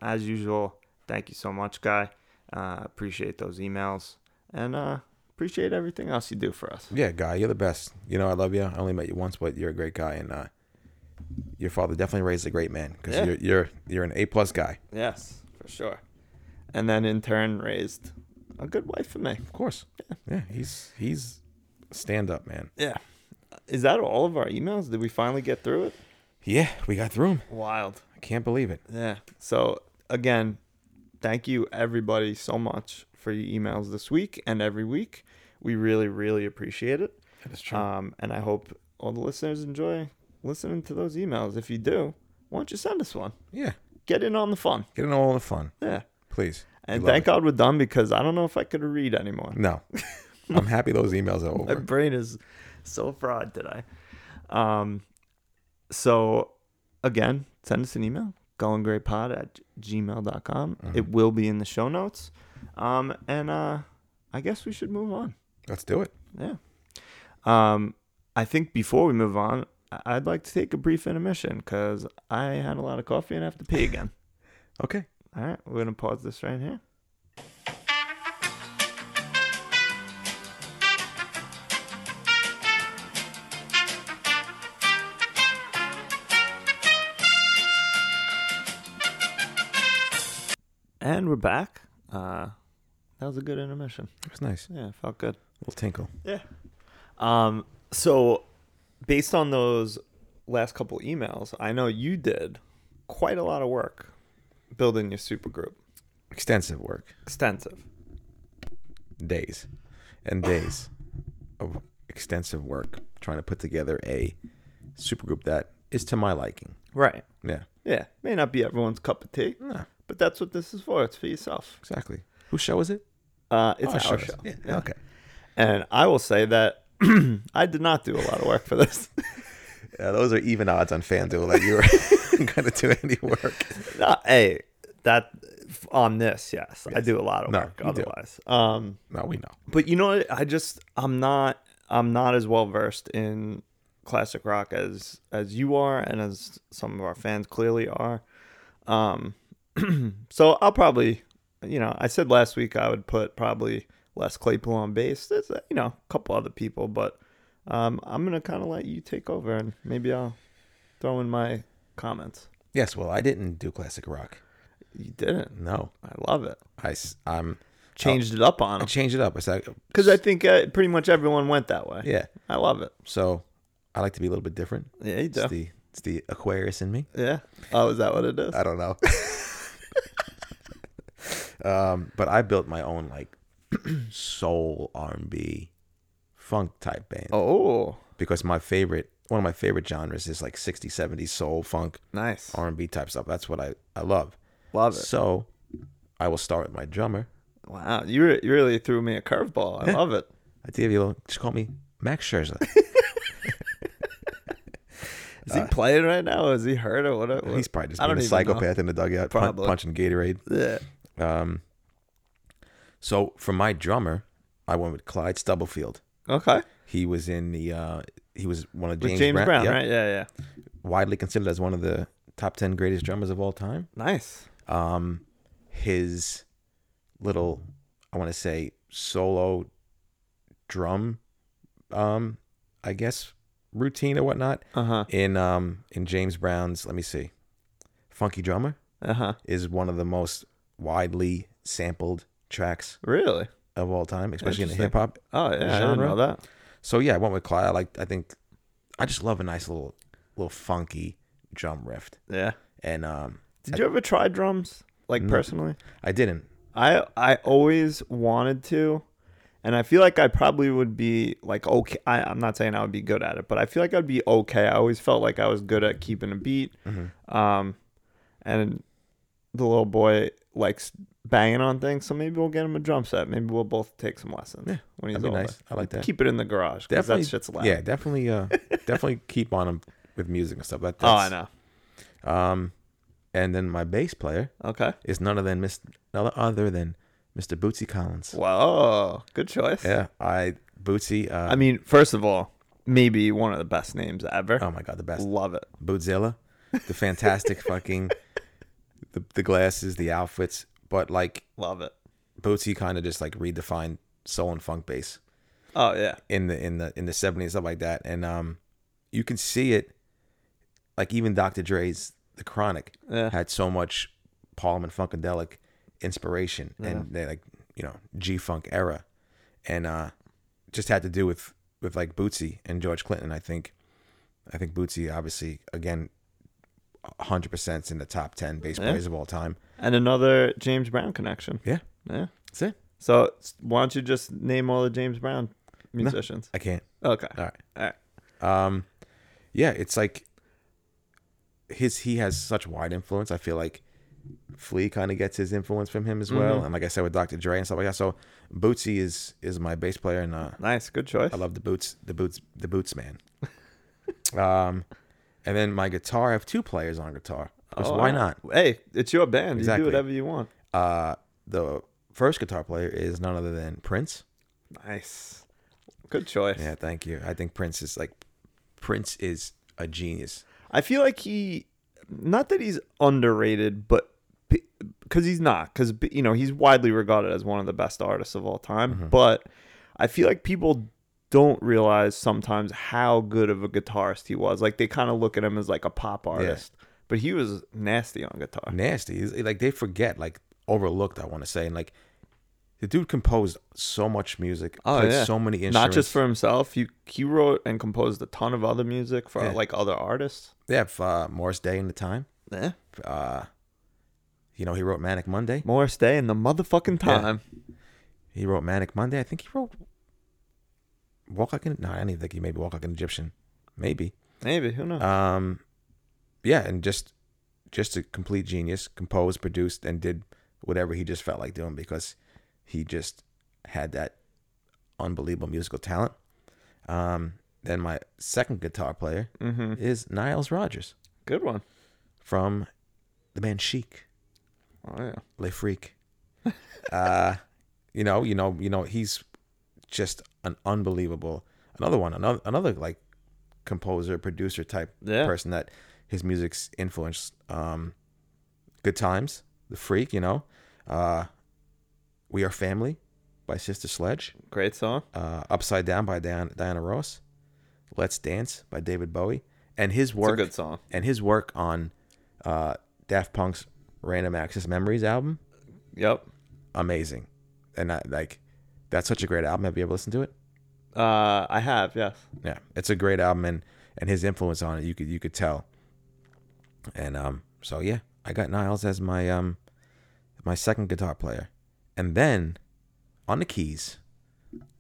As usual, thank you so much, guy. Uh, appreciate those emails and uh, appreciate everything else you do for us.
Yeah, guy, you're the best. You know, I love you. I only met you once, but you're a great guy, and uh, your father definitely raised a great man because
Yeah.
you're, you're you're an A plus guy.
Yes, for sure. And then in turn raised a good wife for me.
Of course. Yeah, he's he's stand up man.
Yeah. Is that all of our emails? Did we finally get through it?
Yeah, we got through them.
Wild.
I can't believe it.
Yeah. So again, thank you everybody so much for your emails this week and every week. We really, really appreciate it. That is true. Um, and I hope all the listeners enjoy listening to those emails. If you do, why don't you send us one?
Yeah,
Get in on the fun.
getting all the fun,
Yeah.
please. We
And
love
thank
it.
God we're done because I don't know if I could read anymore.
No, I'm happy those emails are
My
over.
brain is so fried today. Um, so again, send us an email, goinggreatpod at gmail.com. It will be in the show notes. Um, and uh, I guess we should move on.
Let's do it.
Yeah. Um, I think before we move on, I- I'd like to take a brief intermission because I had a lot of coffee and I have to pee again.
Okay.
All right, we're going to pause this right here. And we're back. Uh, that was a good intermission.
It was nice.
Yeah, it felt good.
little tinkle.
Yeah. Um, so based on those last couple emails, I know you did quite a lot of work building your supergroup.
Extensive work.
Extensive.
Days and days of extensive work trying to put together a supergroup that is to my liking.
Right.
Yeah.
Yeah. May not be everyone's cup of tea,
No,
but that's what this is for. It's for yourself.
exactly. Whose show is it?
Uh, it's
Our
our
shows.
show.
Oh, Yeah. Okay.
And I will say that I did not do a lot of work for this.
Yeah, those are even odds on FanDuel that you are going to do any work.
Nah, hey, that on this, yes, I do a lot of
No,
work
you do.
otherwise. Um
No, we know.
but you know what? i just i'm not i'm not as well versed in classic rock as as you are and as some of our fans clearly are um so i'll probably you know i said last week i would put probably les claypool on bass there's uh, you know a couple other people but um i'm gonna kind of let you take over and maybe i'll throw in my comments
Yes, well, I didn't do classic rock.
you didn't
No,
i love it
I, s- I'm oh,
changed it up on
I changed it up. I said,
because i think uh, pretty much everyone went that way
yeah.
i love it
So I like to be a little bit different.
yeah you do
It's the it's the Aquarius in me.
Yeah. Oh, is that what it is?
I don't know. um, but I built my own like soul R and B funk type band
Oh,
because my favorite one of my favorite genres is like 60s 70s soul funk
nice.
r&b type stuff that's what i, I love
Love it.
so i will start with my drummer
Wow, you, re- you really threw me a curveball. I love it.
i did you just call me max scherzer
Is he playing right now? Or is he hurt or what? what-
Uh, he's probably just
I
being
don't
a
even know.
psychopath in the dugout pun-
Probably.
punching gatorade
Yeah.
um, so for my drummer i went with clyde stubblefield
Okay.
He was in the uh, he was one of
With
James,
James,
Brown,
Brown,
yeah,
right? Yeah, yeah.
widely considered as one of the top ten greatest drummers of all time.
Nice.
Um, his little I want to say solo drum, um, I guess routine or whatnot
Uh huh.
in um in James Brown's let me see, Funky Drummer
Uh huh.
is one of the most widely sampled tracks
Really?
of all time, especially in the
Interesting.
hip hop
Oh yeah. I didn't
Genre?
know that.
So yeah, I went with Clyde. I like I think I just love a nice little little funky drum riff.
Yeah.
And um
Did you ever try drums? Like
No.
personally?
I didn't.
I I always wanted to, and I feel like I probably would be like okay. I, I'm not saying I would be good at it, but I feel like I'd be okay. I always felt like I was good at keeping a beat.
Mm-hmm.
Um, and the little boy likes banging on things, so maybe we'll get him a drum set. Maybe we'll both take some lessons when he's
that'd be
older.
nice. I like that.
Keep it in the garage because that shit's loud.
Yeah, definitely uh definitely keep on 'em with music and stuff. That,
Oh, I
that's-
know.
Um and then my bass player
Okay.
is none other than Mr. none other than Mr. Bootsy Collins.
Whoa, good choice.
Yeah, I Bootsy uh
I mean, first of all, maybe one of the best names ever.
oh my god, the best.
Love it.
Bootzilla, the fantastic fucking the, the glasses, the outfits, but like
Love it.
Bootsy kind of just like redefined soul and funk bass
Oh yeah.
in the in the in the seventies stuff like that, and um, you can see it. Like even Dr. Dre's The Chronic
Yeah.
had so much Parliament funkadelic inspiration, and they like you know G funk era, and uh, just had to do with with like Bootsy and George Clinton. I think, I think Bootsy obviously again, hundred percent is in the top ten bass
Yeah.
players of all time.
and another James Brown connection.
Yeah,
Yeah.
that's it.
So s- why don't you just name all the James Brown musicians?
I can't.
Okay.
All right.
All right.
Um, yeah, it's like his he has such wide influence. I feel like Flea kind of gets his influence from him as well, and like I said with Dr. Dre and stuff like that. So Bootsy is is my bass player, and uh,
Nice. Good choice.
I love the boots, the boots, the boots man. um, and then my guitar, I have two players on guitar. 'cause
Oh,
why
I-
not?
Hey, it's your band.
Exactly.
You do whatever you want.
Uh, the first guitar player is none other than Prince.
Nice. Good choice.
Yeah, thank you. I think Prince is like Prince is a genius.
I feel like he, not that he's underrated, but because he's not, because you know he's widely regarded as one of the best artists of all time.
Mm-hmm.
But I feel like people don't realize sometimes how good of a guitarist he was. Like they kind of look at him as like a pop artist, but he was nasty on guitar.
nasty. It's- Like they forget, like overlooked. I want to say, and like the dude composed so much music, played so many instruments.
Oh, Not just for himself. He he wrote and composed a ton of other music for
Yeah.
like other artists.
yeah, f- uh, Morris Day in the time.
Yeah.
Uh, you know, he wrote Manic Monday.
Morris Day in the motherfucking
Yeah.
time.
He wrote Manic Monday. I think he wrote Walk Like an. No, I don't think he maybe Walk Like an Egyptian. Maybe.
Maybe who knows?
Um, yeah, and just just a complete genius. Composed, produced, and did whatever he just felt like doing because he just had that unbelievable musical talent. Um, then my second guitar player
hmm
is Niles Rogers
Good one.
from the band Chic.
Oh yeah.
Le Freak. uh, you know, you know, you know, he's just an unbelievable another one, another another like composer, producer type
Yeah.
person that his music's influenced um Good Times, The Freak, you know. Uh We Are Family by Sister Sledge,
Great song.
uh Upside Down by Diana, Diana Ross, Let's Dance by David Bowie, and his work
It's a good song.
and his work on uh Daft Punk's Random Access Memories album
Yep.
amazing. And I like that's such a great album. Have you ever listened to it?
Uh, I have, yes.
Yeah. It's a great album and and his influence on it you could you could tell. And um so yeah, I got Niles as my um my second guitar player. And then on the keys,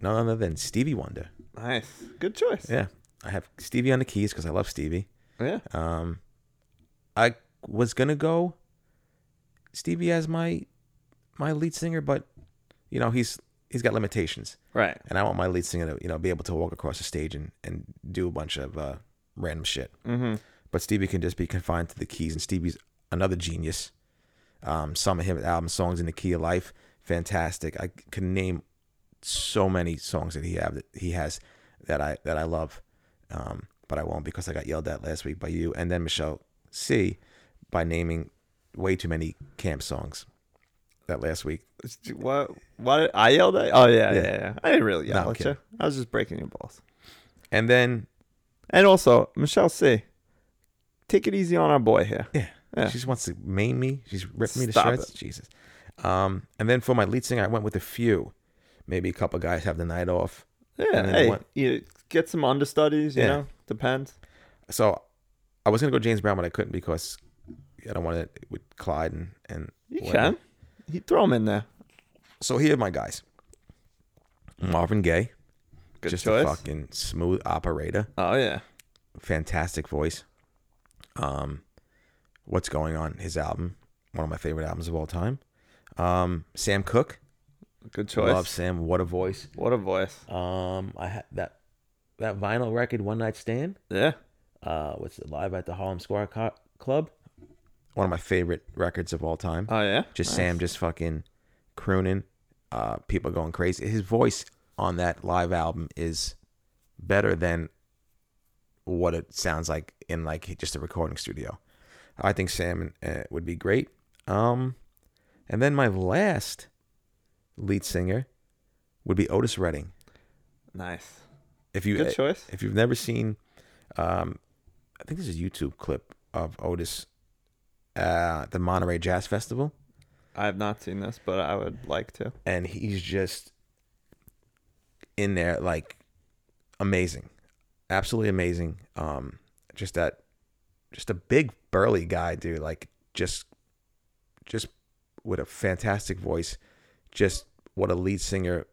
none other than Stevie Wonder.
Nice. Good choice.
Yeah. I have Stevie on the keys because I love Stevie.
Yeah.
Um I was gonna go Stevie as my my lead singer, but you know, he's he's got limitations.
Right.
and I want my lead singer to you know be able to walk across the stage and and do a bunch of uh, random shit.
Mm-hmm.
But Stevie can just be confined to the keys, and Stevie's another genius. Um, some of his album songs in the key of life, fantastic. I can name so many songs that he have that he has that I that I love, um, but I won't because I got yelled at last week by you and then Michelle C by naming way too many camp songs that last week.
What? What? I yelled at? Oh yeah, yeah,
Yeah.
yeah. I didn't really yell
No, I'm
at you.
kidding.
I was just breaking your balls.
And then
And also, Michelle C. Take it easy on our boy here.
Yeah.
Yeah.
She just wants to maim me. She's ripped me to
Stop
shreds. Jesus. Um, and then for my lead singer, I went with a few. Maybe a couple guys have the night off.
Yeah.
And then
Hey,
what?
you get some understudies. You
Yeah.
know, depends.
So I was gonna go James Brown, but I couldn't because I don't want to with Clyde and and.
You
whatnot.
can. You throw him in there.
So here are my guys. Marvin Gaye,
Good
just
choice.
a fucking smooth operator,
Oh yeah.
fantastic voice. Um, what's going on? His album, one of my favorite albums of all time. Um, Sam Cooke,
Good choice.
love Sam. What a voice.
What a voice.
Um, I had that that vinyl record, One Night Stand.
Yeah.
Uh, what's it live at the Harlem Square Co- Club? One of my favorite records of all time.
Oh yeah.
just
Nice.
Sam, just fucking crooning. Uh, people going crazy. His voice on that live album is better than what it sounds like in like just a recording studio. I think Sam uh, would be great. Um, and then my last lead singer would be Otis Redding.
Nice.
If you uh,
Good choice.
if you've never seen, um, I think this is a YouTube clip of Otis uh, at the Monterey Jazz Festival,
I have not seen this, but I would like to.
and he's just in there like amazing, absolutely amazing. Um, just that, just a big burly guy, dude. Like just, just with a fantastic voice. Just what a lead singer,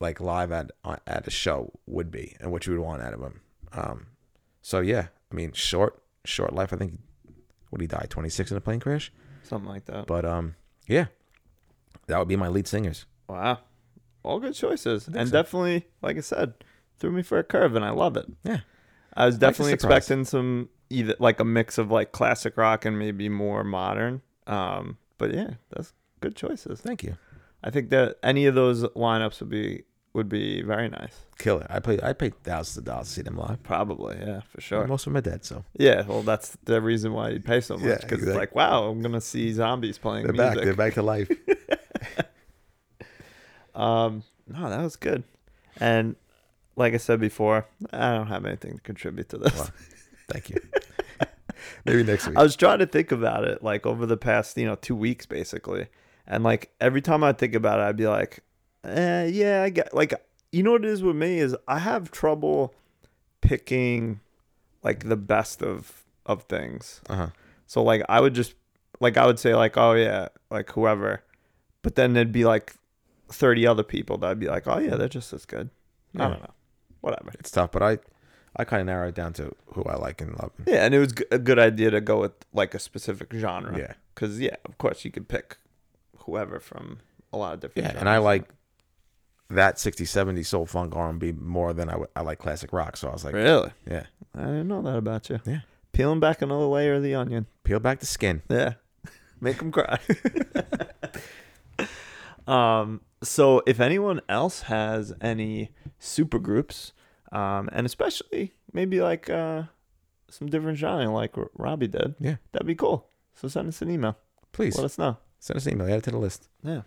like live at at a show would be, and what you would want out of him. Um, so yeah, I mean, short short life. I think what he died twenty six in a plane crash.
Something like that.
But um, yeah, that would be my lead singers.
wow. All good choices. And definitely, like I said, threw me for a curve and I love it.
Yeah.
I was definitely
surprise.
expecting some either like a mix of like classic rock and maybe more modern. Um, but yeah, that's good choices.
Thank you.
I think that any of those lineups would be would be very nice.
Killer. I pay I paid thousands of dollars to see them live.
Probably, yeah, for sure.
Most of them are dead, so
Mm-hmm. Yeah, well, that's the reason why you pay so much
Yeah,
because
exactly.
it's like, wow, I'm gonna see zombies playing
they're
music.
back. They're back to life.
Um, no, that was good. And like I said before, I don't have anything to contribute to this.
Wow. Thank you. Maybe next week.
I was trying to think about it like over the past, you know, two weeks basically. And like every time I think about it, I'd be like, eh, yeah, I get like, you know what it is with me is I have trouble picking like the best of, of things.
Uh-huh.
So like I would just like I would say like oh yeah like whoever, but then there'd be like thirty other people that I'd be like oh yeah they're just as good. I
Yeah.
don't know, whatever.
It's tough, but I I kind of narrow it down to who I like and love.
Yeah, and it was g- a good idea to go with like a specific genre.
Yeah.
because yeah, of course you could pick whoever from a lot of different.
Yeah, and I
genres.
like that 60, 70 soul funk R&B more than I, w- I like classic rock. So I was like,
really
yeah,
I didn't know that about you.
Yeah.
peeling back another layer of the onion.
peel back the skin.
Yeah. Make them cry. um, so if anyone else has any super groups, um, and especially maybe like uh, some different genre like R- Robbie did,
Yeah.
that'd be cool. So send us an email.
Please
Let us know.
send us an email. Add it to the list.
Yeah.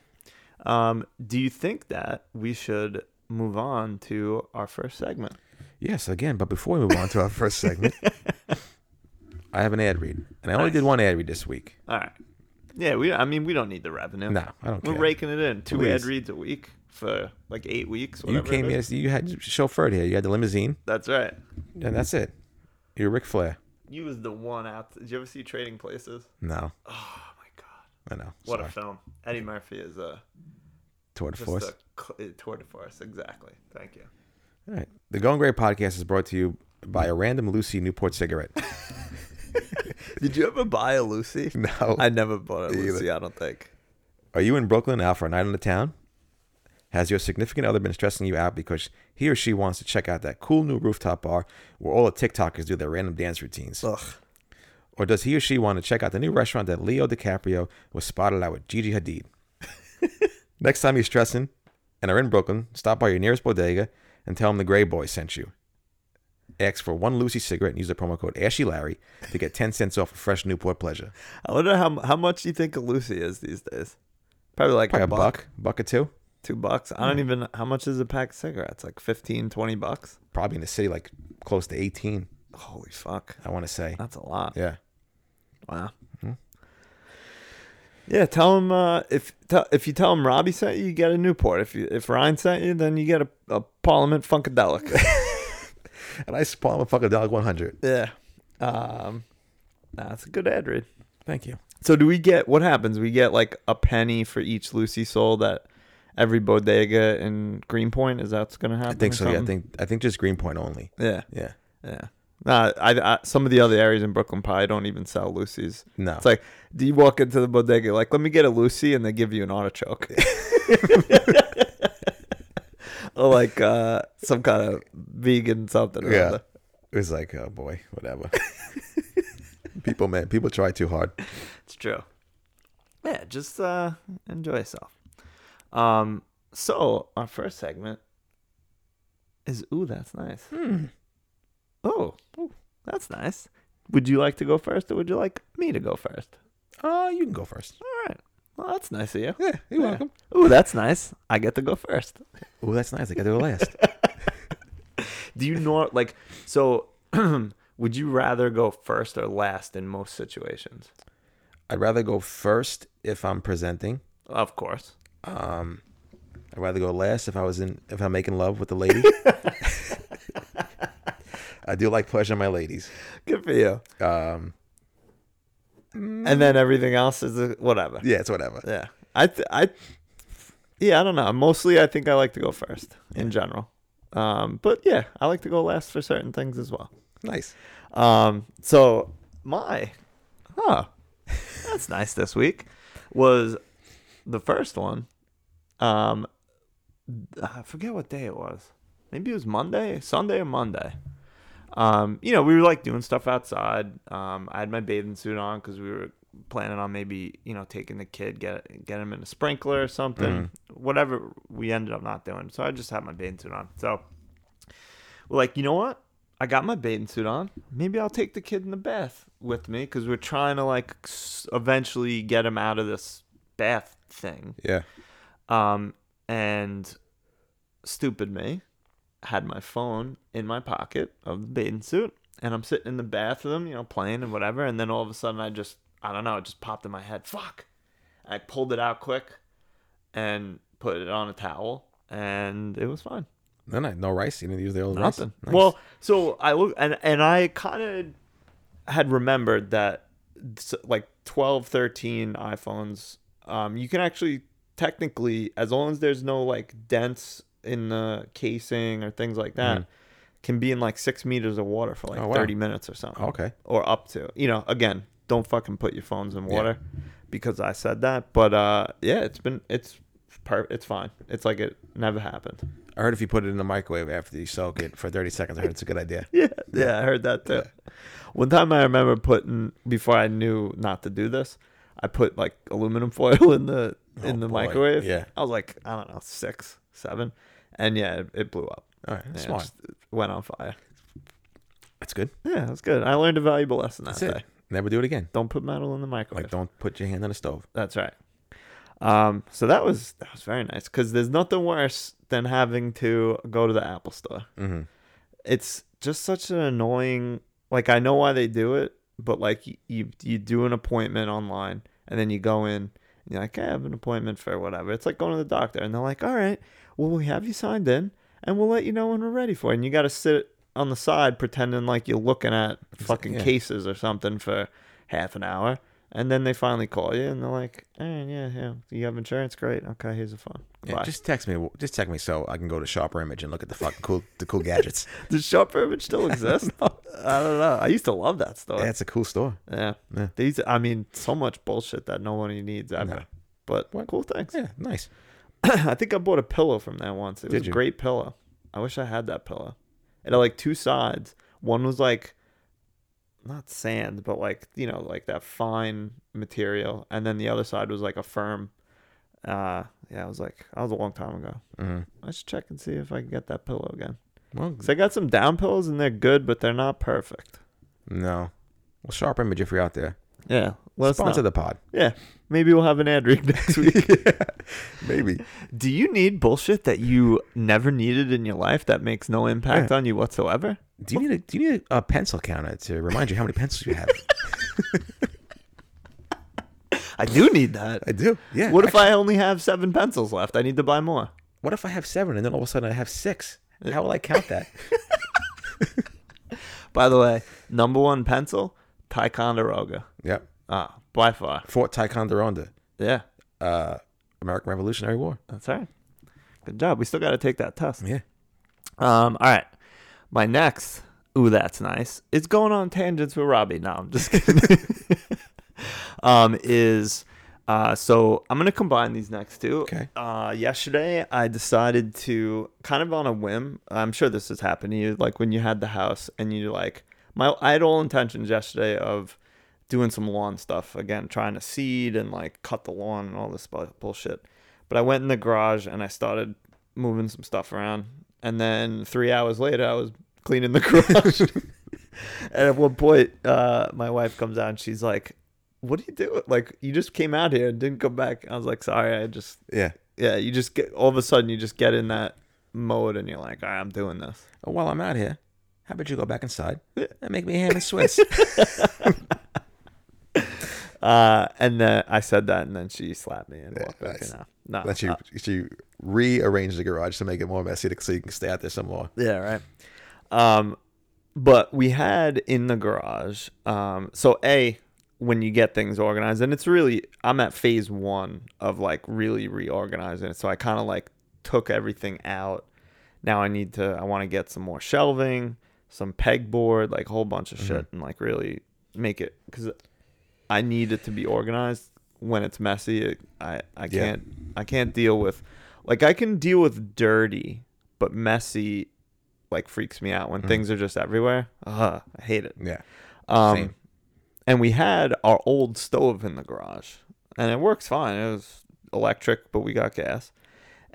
Um, do you think that we should move on to our first segment?
Yes, again, but before we move on to our first segment, I have an ad read, and I only did one ad read this week.
All right. Yeah, we. I mean, we don't need the revenue.
No, I don't
We're
care.
raking it in. Two ad
Please.
reads a week for like eight weeks.
you
Whatever it
came
is.
here. You had chauffeured here. You had the limousine,
That's right.
and that's
Mm-hmm.
it. You're Ric Flair.
You was the one out. Did you ever see Trading Places?
No,
Oh my god,
I know.
what
Sorry.
a film! Eddie Murphy is a
Tour de
just
force.
a cl- uh, tour de force. Exactly. Thank you.
All right. The Going Gray podcast is brought to you by a random Lucy Newport cigarette.
Did you ever buy a Lucy?
No.
I never bought a
either.
Lucy. I don't think.
Are you in Brooklyn now for a night in the town? Has your significant other been stressing you out because he or she wants to check out that cool new rooftop bar where all the TikTokers do their random dance routines?
Ugh.
Or does he or she want to check out the new restaurant that Leo DiCaprio was spotted at with Gigi Hadid? Next time you're stressing and are in Brooklyn, stop by your nearest bodega and tell them the Gray Boy sent you. Ask for one Lucy cigarette and use the promo code Ashy Larry to get 10 cents off a fresh Newport Pleasure.
I wonder how how much you think a Lucy is these days. Probably like
Probably
a
a
buck,
buck, buck or two.
two bucks. I don't even. How much is a pack of cigarettes? Like 15, 20 bucks.
Probably in the city, like close to 18,
Holy fuck,
I want to say.
that's a lot.
Yeah.
Wow. Yeah, tell him uh, if tell if you tell him Robbie sent you, you get a Newport. If you, if Ryan sent you, then you get a, a Parliament Funkadelic.
And I spawn a fucking dog 100.
yeah, um, nah, that's a good ad read.
Thank you.
So do we get what happens? We get like a penny for each Lucy soul that every bodega in Greenpoint is that's gonna happen.
I think
or
so. Yeah, I
something?
think I think just Greenpoint only.
yeah,
Yeah.
yeah. Nah, I, I some of the other areas in Brooklyn probably don't even sell Lucy's.
No.
It's like, do you walk into the bodega like, let me get a Lucy, and they give you an artichoke, or like uh, some kind of vegan something. Or
Yeah.
other.
It was like, oh boy, whatever. people, man, people try too hard.
it's true. Yeah, just uh, enjoy yourself. Um, so our first segment is ooh, that's nice. Oh, ooh, that's nice. Would you like to go first, or would you like me to go first?
Oh, you can go first.
All right. Well, that's nice of you.
Yeah, you're
Yeah.
welcome.
Ooh, that's nice. I get to go first.
Oh, that's nice. I got to go last.
Do you know like so would you rather go first or last in most situations?
I'd rather go first if I'm presenting.
Of course.
Um, I'd rather go last if I was in if I'm making love with the lady. I do like pleasure my ladies.
Good for you.
Um,
And then everything else is uh, whatever.
yeah, it's whatever.
Yeah. I th- I Yeah, I don't know. Mostly I think I like to go first in general. Um, but yeah, I like to go last for certain things as well.
Nice.
Um, so my huh. That's nice this week was the first one. Um I forget what day it was. Maybe it was Monday, Sunday or Monday. Um, you know, we were like doing stuff outside. Um, I had my bathing suit on because we were planning on maybe you know taking the kid get get him in a sprinkler or something. Whatever we ended up not doing, so I just had my bathing suit on. So we're like, you know what? I got my bathing suit on. Maybe I'll take the kid in the bath with me because we're trying to like s- eventually get him out of this bath thing.
Yeah.
Um, and stupid me had my phone in my pocket of the bathing suit, and I'm sitting in the bathroom, you know, playing and whatever. And then all of a sudden, I just, I don't know, it just popped in my head. Fuck! I pulled it out quick and put it on a towel, and it was fine.
No, no, no rice. You didn't use the old
Nothing.
rice. Nice.
Well, so I look and and I kind of had remembered that s- like 12, 13 iPhones, um, you can actually technically, as long as there's no like dents in the casing or things like that, can be in like six meters of water for like
Mm-hmm. Oh, wow.
thirty minutes or something.
Okay.
Or up to. You know, again, don't fucking put your phones in water because I said that. But uh, yeah, it's been it's. Per- it's fine. It's like it never happened.
I heard if you put it in the microwave after you soak it for 30 seconds, I heard it's a good idea.
Yeah, yeah, I heard that too. One time I remember putting before I knew not to do this, I put like aluminum foil in the in
Oh,
the
boy.
microwave.
Yeah.
I was like, I don't know, six, seven, and yeah, it, it blew up.
All right.
Yeah, it
Oh, Smart.
just went on fire.
That's good.
Yeah, that's good. I learned a valuable lesson that
That's
day.
it. Never do it again.
Don't put metal in the microwave.
Like, don't put your hand on the stove.
That's right. Um, so that was that was very nice because there's nothing worse than having to go to the Apple Store.
Mhm.
It's just such an annoying. Like I know why they do it, but like y- you you do an appointment online and then you go in and you're like, I have an appointment for whatever. It's like going to the doctor and they're like, all right, well we have you signed in and we'll let you know when we're ready for it. And you got to sit on the side pretending like you're looking at fucking
yeah.
cases or something for half an hour. And then they finally call you and they're like, eh, yeah, yeah, you have insurance? Great. Okay, here's the phone.
Yeah,
Goodbye.
just text me. Just text me so I can go to Shopper Image and look at the fucking cool, the cool gadgets.
Does Shop Image still exist? I don't, know. I used to love that store.
That's a cool store.
yeah.
Yeah.
These, I mean, so much bullshit that no one needs ever.
No.
But
What?
cool things.
Yeah, nice.
I think I bought a pillow from there once. It
Did
was a
you?
great pillow. I wish I had that pillow. It had like two sides. One was like not sand, but like you know, like that fine material, and then the other side was like a firm. Uh, yeah, I was like, that was a long time ago.
Mhm.
I should check and see if I can get that pillow again.
Well,
Cause I got some down pillows and they're good, but they're not perfect.
no. Well, Sharp Image, if you're out there,
Yeah, let's
sponsor
not.
the pod.
Yeah, maybe we'll have an ad read next week.
Maybe.
Do you need bullshit that you never needed in your life that makes no impact on you whatsoever?
Do you need a Do you need a, a pencil counter to remind you how many pencils you have?
I do need that.
I do. Yeah.
What if I only have seven pencils left? I need to buy more.
What if I have seven and then all of a sudden I have six? How will I count that?
By the way, number one pencil, Ticonderoga.
yep.
Ah, by far.
Fort Ticonderoga,
Yeah,
uh, American Revolutionary War.
that's all right. Good job. We still got to take that test.
Yeah.
Um, all right. My next, ooh, that's nice. It's going on tangents with Robbie. No, I'm just kidding. um, is uh, so I'm gonna combine these next two.
Okay.
Uh, yesterday I decided to kind of on a whim. I'm sure this has happened to you, like when you had the house and you like my. I had all intentions yesterday of doing some lawn stuff again, trying to seed and like cut the lawn and all this bu- bullshit. But I went in the garage and I started moving some stuff around, and then three hours later I was cleaning the garage. and at one point, uh, my wife comes out and she's like, "What are you doing? Like, you just came out here and didn't come back." I was like, "Sorry, I just
Yeah.
yeah." You just get all of a sudden you just get in that mode and you're like, "All right, I'm doing this."
Oh, while I'm out here, how about you go back inside and make me ham and Swiss?
Uh, and then I said that, and then she slapped me and walked back
nice.
in. No,
Let you you rearrange the garage to make it more messy to, so you can stay out there some more.
Yeah, right. Um, But we had in the garage. Um, so a when you get things organized, and it's really I'm at phase one of like really reorganizing it. So I kind of like took everything out. Now I need to. I want to get some more shelving, some pegboard, like a whole bunch of shit, and like really make it because I need it to be organized. When it's messy, it, I I
Yeah.
can't I can't deal with like I can deal with dirty, but messy like freaks me out when things are just everywhere. Ugh, I hate it.
Yeah.
Um,
Same.
And we had our old stove in the garage, and it works fine. It was electric, but we got gas.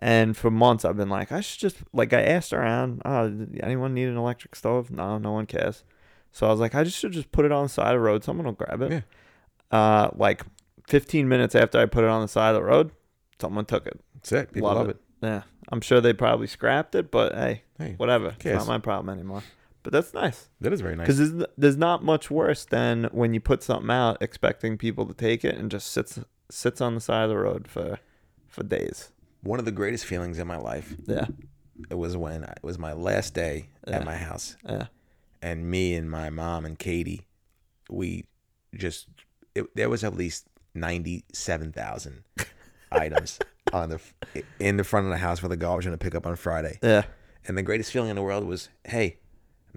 And for months, I've been like, I should just like I asked around. Oh, did anyone need an electric stove? No, no one cares. So I was like, I just should just put it on the side of the road. Someone will grab it. Uh, like 15 minutes after I put it on the side of the road, someone took it.
That's it. People love, it.
Yeah, I'm sure they probably scrapped it, but hey,
Hey,
whatever. It's
cares?
not my problem anymore. But that's nice
That is very nice.
because there's, there's not much worse than when you put something out expecting people to take it and just sits sits on the side of the road for for days.
one of the greatest feelings in my life
Yeah,
it was when I, it was my last day at my house
yeah,
and me and my mom and Katie we just it, there was at least 97,000 items on the in the front of the house for the garbage and to pick up on Friday
yeah,
and the greatest feeling in the world was hey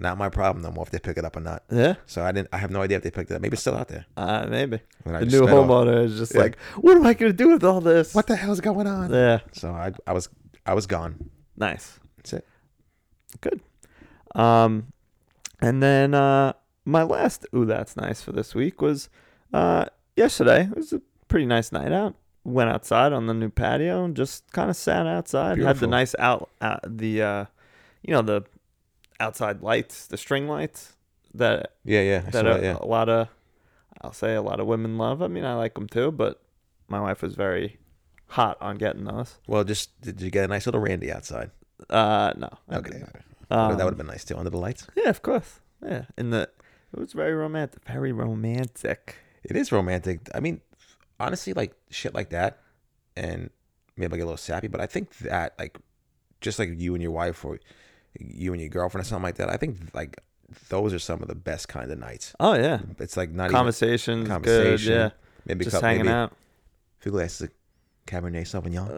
not my problem no more if they pick it up or not
yeah.
so I didn't I have no idea if they picked it up maybe it's still out there
Uh, maybe
And I
the
just
new
sped off.
homeowner is just
Yeah.
like, what am I gonna do with all this?
what the hell's going on
Yeah,
so I I was I was gone
nice,
that's it
good. Um, and then uh, my last ooh, that's nice for this week was uh yesterday. It was a pretty nice night out. Went outside on the new patio and just kind of sat outside. Had the
Beautiful.
nice out, out the uh, you know the outside lights, the string lights that
yeah yeah I
that, uh,
saw
a,
it, yeah
a lot of I'll say a lot of women love. I mean, I like them too, but my wife was very hot on getting those.
well just did you get a nice little Randy outside
Uh, no, I
okay
didn't.
Well, that
Um,
would have been nice too under the lights
Yeah, of course. Yeah, and the it was very romantic. Very romantic.
It is romantic. I mean, honestly, like shit like that, and maybe I get a little sappy, but I think that like just like you and your wife or you and your girlfriend or something like that. I think like those are some of the best kind of nights.
Oh yeah,
It's like not
conversations,
even
good.
conversation.
Yeah,
maybe a
just
couple,
hanging
maybe
out.
a few glasses of Cabernet Sauvignon,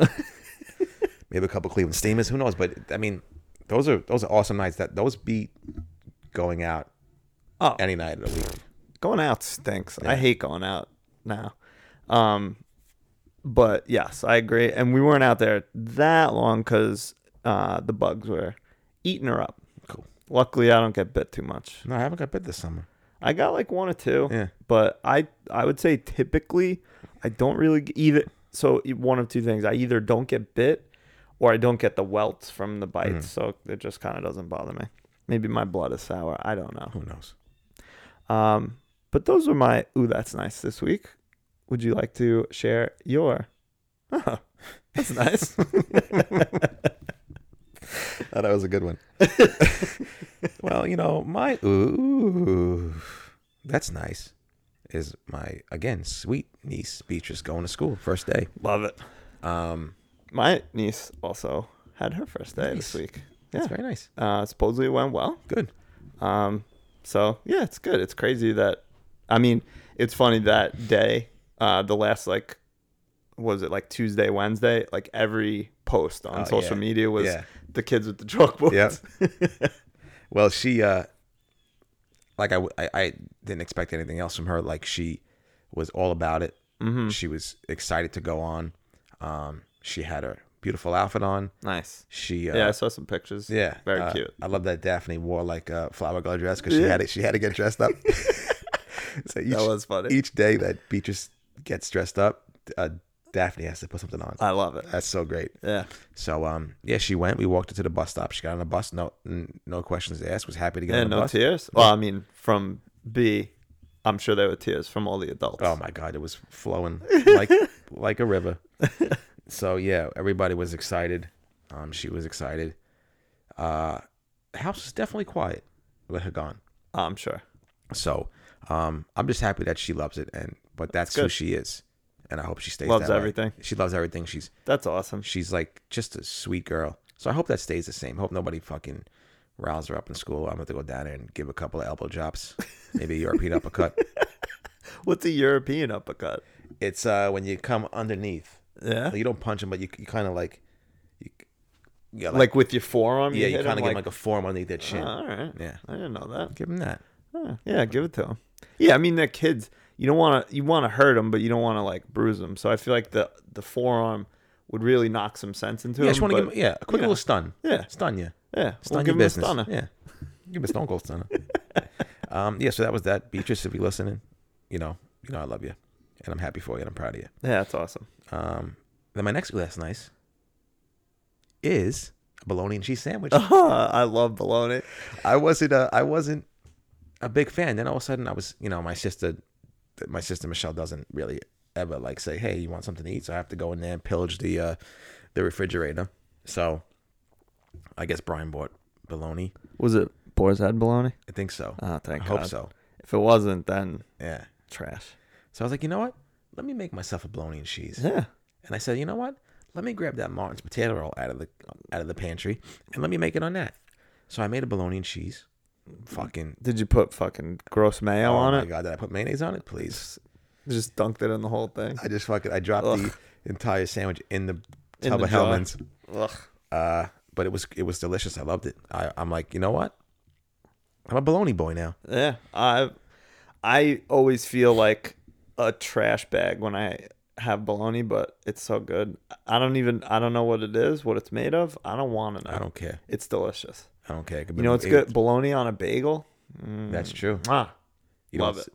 maybe a couple Cleveland Steamers. Who knows? But I mean, those are those are awesome nights. That those beat going out
Oh,
any night of the week.
going out stinks. I hate going out now. Um, but yes, I agree. And we weren't out there that long because uh, the bugs were eating her up.
Cool.
Luckily, I don't get bit too much.
No, I haven't got bit this summer.
I got like one or two.
Yeah.
But I I would say typically I don't really g- either. So e- one of two things: I either don't get bit, or I don't get the welts from the bites.
Mm-hmm.
So it just kind of doesn't bother me. Maybe my blood is sour. I don't know.
Who knows?
Um, but those are my ooh, that's nice this week. Would you like to share your? Oh, that's nice.
Oh, that was a good one. well, you know, my ooh, that's nice. Is my again sweet niece Beatrice going to school first day?
Love it.
Um,
My niece also had her first day
Nice.
this week.
that's
Yeah,
very nice.
uh, supposedly it went well.
Good.
Um, so yeah, it's good. It's crazy that, I mean, it's funny that day, uh, the last like, what was it like Tuesday, Wednesday, like every post on
Oh,
social
yeah.
media was
Yeah.
the kids with the chalkboards.
Well, she uh, like I, w- I- I didn't expect anything else from her. Like she was all about it.
Mm-hmm.
She was excited to go on. Um, she had her beautiful outfit on.
Nice.
She uh,
Yeah, I saw some pictures.
Yeah,
very
uh,
cute.
I love that Daphne wore like a flower girl dress because she had it. She had to get dressed up. so each,
That was funny.
Each day that Beatrice gets dressed up, uh, Daphne has to put something on.
I love it.
That's so great.
Yeah,
So um, yeah, she went. We walked her to the bus stop. She got on the bus. No, n- no questions asked. Was happy to get
and
on the
no
bus.
tears. Well, I mean, from B, I'm sure there were tears from all the adults.
Oh my god, it was flowing like like a river. So yeah, everybody was excited. Um, she was excited. Uh, the house was definitely quiet with her gone.
Uh, I'm sure.
So um, I'm just happy that she loves it, and but that's who
good.
she is, and I hope she stays.
Loves
that way.
everything.
She loves everything. She's
That's awesome.
she's like just a sweet girl. So I hope that stays the same. Hope nobody fucking Rounds are up in school. I'm going to go down there and give a couple of elbow drops, maybe a European uppercut.
What's a European uppercut?
It's uh, when you come underneath.
Yeah.
Like, you don't punch him, but you, you kind of like, you, yeah,
Like, with your forearm?
yeah, you
hit
kind of
him,
give him like a form underneath their chin.
all right.
Yeah.
I didn't know that.
give him that.
Huh, yeah, give it to him. Yeah, I mean they're kids. You don't want to you want to hurt them, but you don't want to like bruise them. So I feel like the the forearm would really knock some sense into
Yeah, I
him.
just want to
but-
give him, yeah, a quick
yeah.
little stun.
Yeah.
Stun you.
yeah,
Stun
we'll
your
give him a
business.
stunner.
Yeah. Give him a stone cold stunner. um, yeah, so that was that. Beatrice, if you're listening, you know, you know I love you. And I'm happy for you and I'm proud of you.
Yeah, that's awesome.
Um, then my next last nice is a bologna and cheese sandwich.
Oh. I love bologna.
I wasn't a, I wasn't a big fan. Then all of a sudden I was, you know, my sister my sister Michelle doesn't really ever like say, Hey, you want something to eat? So I have to go in there and pillage the uh the refrigerator. So I guess Brian bought bologna.
Was it Boar's Head bologna?
I think so.
Oh, thank
I hope
God.
so.
If it wasn't, then
Yeah.
trash.
So I was like, you know what? Let me make myself a bologna and cheese.
Yeah,
And I said, you know what? Let me grab that Martin's potato roll out of the out of the pantry and let me make it on that. So I made a bologna and cheese. Fucking
did you put fucking gross mayo
oh
on
my
it?
god, did I put mayonnaise on it? Please.
Just dunked it in the whole thing.
I just fucking I dropped
Ugh.
the entire sandwich in the
In
tub
the
of
jar.
Hellman's.
Ugh.
Uh, but it was it was delicious. I loved it. I, I'm like, you know what? I'm a bologna boy now.
Yeah, I I always feel like a trash bag when I have bologna, but it's so good. I don't even I don't know what it is, what it's made of. I don't want to know.
I don't care.
It's delicious.
I don't care. It could
You
be
know, it's
eight-
good bologna on a bagel.
That's true.
Ah,
You know
Love
what's-
it.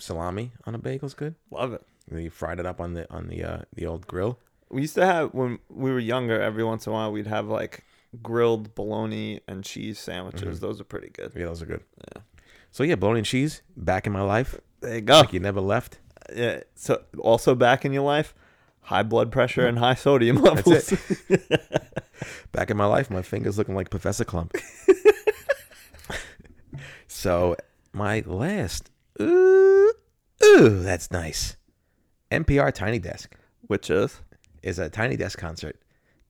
Salami on a bagel's good.
love it.
And you fried it up on the on the uh, the old grill.
We used to have when we were younger. Every once in a while, we'd have like grilled bologna and cheese sandwiches.
Mm-hmm.
Those are pretty good.
Yeah, those are good. Yeah. So yeah, bologna and cheese back in my life.
There you go.
Like you never left.
Yeah. So also back in your life, high blood pressure and high sodium levels.
Back in my life, my fingers looking like Professor Clump. so my last, ooh, ooh, that's nice. NPR Tiny Desk
Which is
is a Tiny Desk concert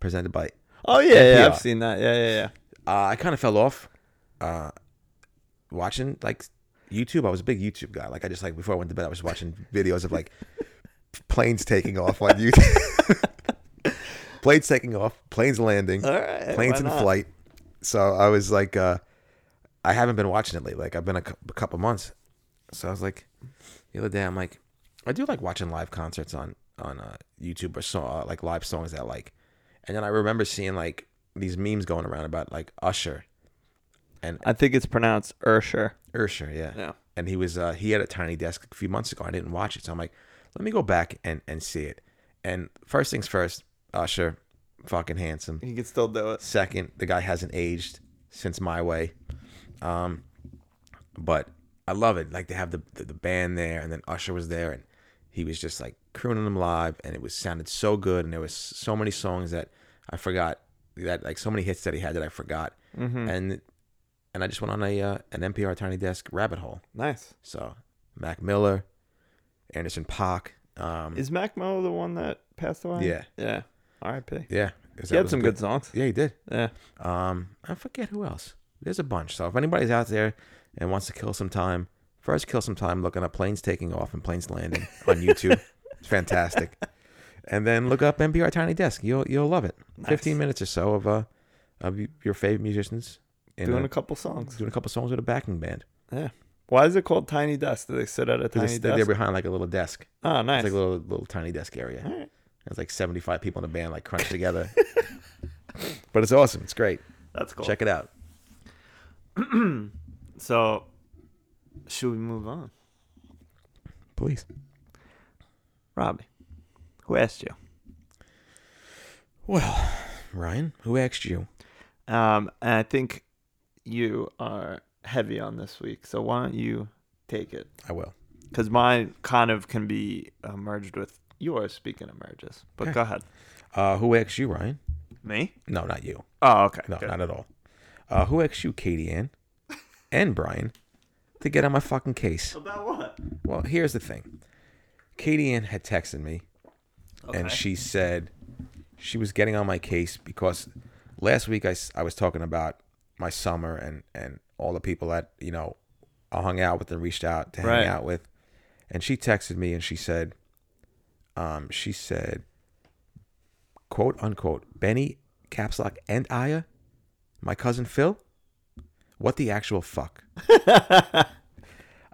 presented by.
Oh yeah, yeah,
NPR.
I've seen that. Yeah, yeah, yeah.
Uh, I kind of fell off uh, watching like YouTube. I was a big YouTube guy. Like I just like before I went to bed, I was watching videos of like planes taking off on YouTube. planes taking off, planes landing.
All right,
planes
Eh, why
in
not?
flight. So I was like, uh, I haven't been watching it lately. Like I've been a, cou- a couple months. So I was like, the other day, I'm like, I do like watching live concerts on on uh, YouTube or so uh, like live songs that I like. And then I remember seeing like these memes going around about like Usher and
I think it's pronounced Ursher.
Usher, yeah.
Yeah.
And he was uh, he had a tiny desk a few months ago. I didn't watch it, so I'm like, let me go back and and see it. And first things first, Usher, fucking handsome.
He could still do it.
Second, the guy hasn't aged since My Way. Um, but I love it. Like they have the, the the band there, and then Usher was there, and he was just like crooning them live, and it was sounded so good, and there was so many songs that I forgot that like so many hits that he had that I forgot,
Mm-hmm.
and and I just went on a uh, an NPR Tiny Desk rabbit hole.
Nice.
So Mac Miller, Anderson Paak, um,
Is Mac Miller the one that passed away?
Yeah.
Yeah. R.I.P.
yeah,
He had some good songs.
Yeah, he did.
Yeah.
Um, I forget who else. There's a bunch. So if anybody's out there and wants to kill some time, first kill some time looking up planes taking off and planes landing on YouTube. it's fantastic. And then look up NPR Tiny Desk. You'll you'll love it. Fifteen minutes or so of uh of y- your favorite musicians in
Doing a couple songs.
doing a couple songs with a backing band.
Yeah. Why is it called Tiny Desk? Do they sit at a
They-
tiny
they're
desk?
behind like a little desk.
Oh, nice.
It's like a little little tiny desk area.
Alright.
There's like seventy five people in the band like crunched together. but it's awesome. It's great.
That's cool.
Check it out.
So, should we move on?
Please.
Robbie, who asked you?
Well, Ryan, who asked you?
Um, and I think you are heavy on this week. So why don't you take it?
I will.
Because mine kind of can be uh, merged with yours. Speaking of merges, but
Okay.
go ahead.
Uh, who asked you, Ryan?
Me?
No, not you.
Oh, okay.
No,
good.
not at all. Uh, who asked you, Katie Ann and Brian, to get on my fucking case?
About what?
Well, here's the thing. Katie Ann had texted me, and she said she was getting on my case because last week I, s- I was talking about my summer and and all the people that you know I hung out with and reached out to
Right.
hang out with, and she texted me and she said, um, she said, quote unquote, Benny caps lock and Aya, my cousin Phil, what the actual fuck?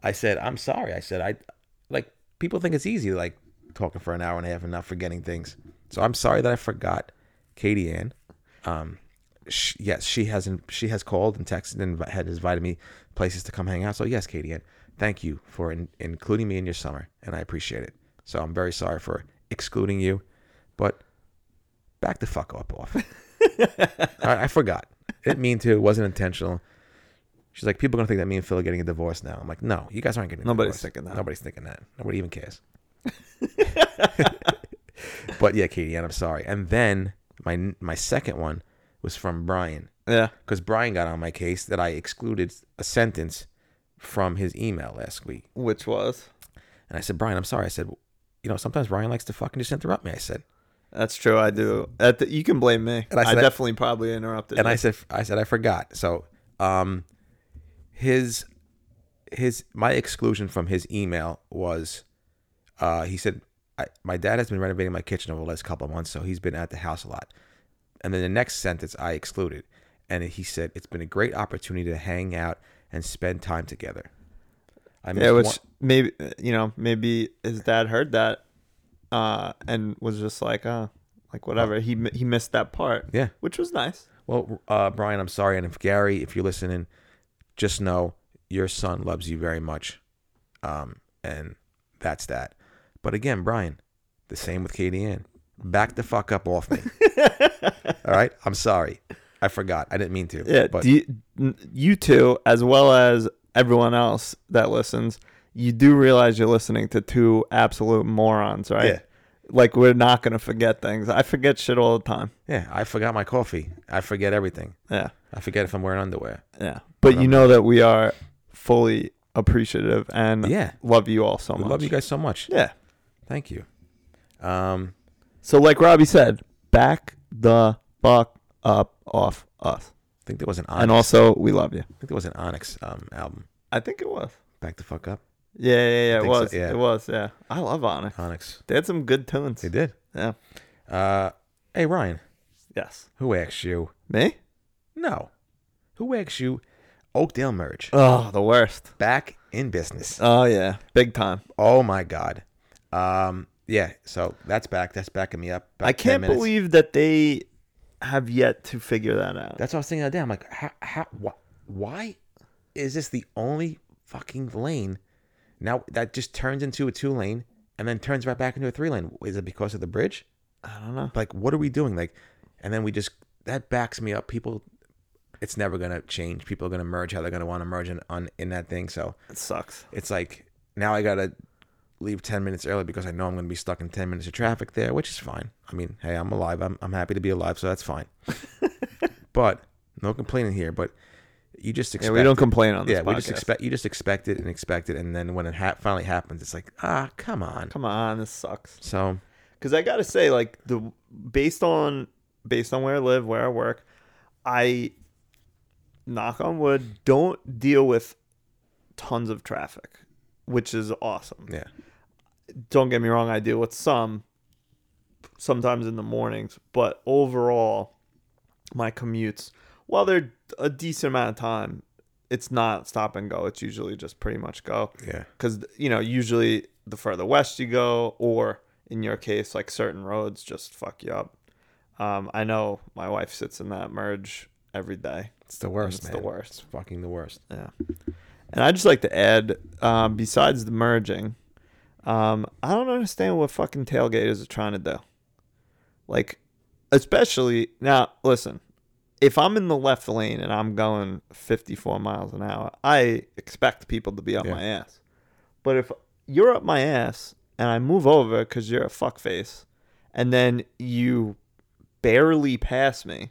I said, I'm sorry. I said, I like people think it's easy like talking for an hour and a half and not forgetting things. So I'm sorry that I forgot Katie Ann. Um, sh yes, she hasn't. She has called and texted and invi- had invited me places to come hang out. So yes, Katie Ann, thank you for in, including me in your summer, and I appreciate it. So I'm very sorry for excluding you, but back the fuck up off. I, I forgot. Didn't mean to. It wasn't intentional. She's like, people are gonna think that me and Phil are getting a divorce now. I'm like, no, you guys aren't getting. A
Nobody's
divorce.
thinking that.
Nobody's thinking that. Nobody even cares. but yeah, Katie, and I'm sorry. And then my my second one was from Brian
Yeah.
because Brian got on my case that I excluded a sentence from his email last week.
Which was.
And I said, Brian, I'm sorry. I said, you know, sometimes Brian likes to fucking just interrupt me. I said,
That's true. I do. At the, you can blame me.
And I
I,
said-
definitely probably interrupted.
and
you.
I said, I said, I forgot. So, um, his, his, my exclusion from his email was, uh, he said, I, my dad has been renovating my kitchen over the last couple of months, so he's been at the house a lot. And then the next sentence I excluded, and he said, it's been a great opportunity to hang out and spend time together. I
yeah,
missed
which
one-
maybe you know maybe his dad heard that, uh, and was just like, uh, like whatever. He mi- he missed that part.
Oh. Yeah.
which was nice.
Well, uh, Brian, I'm sorry, and if Gary, if you're listening, just know your son loves you very much, um, and that's that. But again, Brian, the same with Katie Ann. Back the fuck up off me. All right, I'm sorry, I forgot. I didn't mean to.
Yeah,
but
do you, n- you two as well as everyone else that listens, you do realize you're listening to two absolute morons, right?
Yeah.
Like we're not gonna forget things. I forget shit all the time.
yeah, I forgot my coffee. I forget everything.
Yeah,
I forget if I'm wearing underwear.
yeah. But you know that we are fully appreciative and
Yeah.
love you all so
I
much.
love you guys so much.
Yeah.
Thank you. Um,
So, like Robbie said, back the fuck up off us.
I think there was an Onyx.
And also, we love you.
I think there was an Onyx um, album.
I think it was.
Back the fuck up,
Yeah, yeah, yeah.
think
It
so,
was.
yeah.
It was. Yeah. I love Onyx.
Onyx.
They had some good tunes.
They did.
Yeah.
Uh, hey Ryan,
Yes.
who asked you?
Me?
No. Who asked you? Oakdale Merge.
Oh, the worst.
Back in business.
Oh yeah, big time.
Oh my God. Um, yeah, so that's back. That's backing me up. about
I
10
can't
minutes.
believe that they have yet to figure that out.
That's what I was thinking the other day. I'm like, how, how, wh- why is this the only fucking lane? Now that just turns into a two lane and then turns right back into a three lane. Is it because of the bridge?
I don't know.
Like, what are we doing? Like, and then we just, that backs me up. People, it's never going to change. People are going to merge how they're going to want to merge in, on, in that thing. So,
It sucks.
it's like now I gotta leave ten minutes early because I know I'm gonna be stuck in ten minutes of traffic there, which is fine. I mean, hey, I'm alive. I'm I'm happy to be alive, so that's fine. but no complaining here. But you just
Yeah,
expect
we don't
it.
complain on this.
Yeah, we just
podcast.
expect you just expect it and expect it, and then when it ha- finally happens, it's like ah, come on.
Come on, this sucks.
So
Because I gotta say, like the based on based on where I live, where I work, I knock on wood don't deal with tons of traffic, which is awesome.
yeah,
Don't get me wrong, I deal with some sometimes in the mornings, but overall, my commutes, while they're a decent amount of time, it's not stop and go. It's usually just pretty much go
yeah,
because you know usually the further west you go or in your case like certain roads just fuck you up um, i know my wife sits in that merge every day
it's the worst.
It's the
man.
worst.
It's fucking the worst.
yeah and i just like to add um, besides the merging um, i don't understand what fucking tailgaters are trying to do like especially now listen if i'm in the left lane and i'm going 54 miles an hour i expect people to be up
Yeah.
my ass but if you're up my ass and I move over because you're a fuckface, and then you barely pass me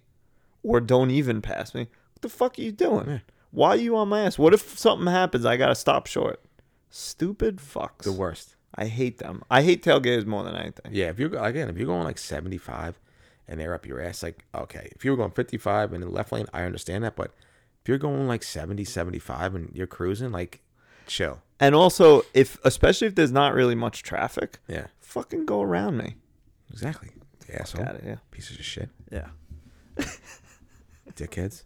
or don't even pass me, what the fuck are you doing? Why are you on my ass? What if something happens? I gotta stop short. Stupid fucks.
The worst.
I hate them. I hate tailgaters more than anything.
Yeah, if you're again, if you're going like 75 and they're up your ass, like okay, if you were going 55 and in the left lane, I understand that, but If you're going like 70, 75 and you're cruising, like chill.
And also, if especially if there's not really much traffic,
Yeah.
fucking go around me.
Exactly. Asshole.
Got it. Yeah.
Pieces of shit.
Yeah.
Dickheads.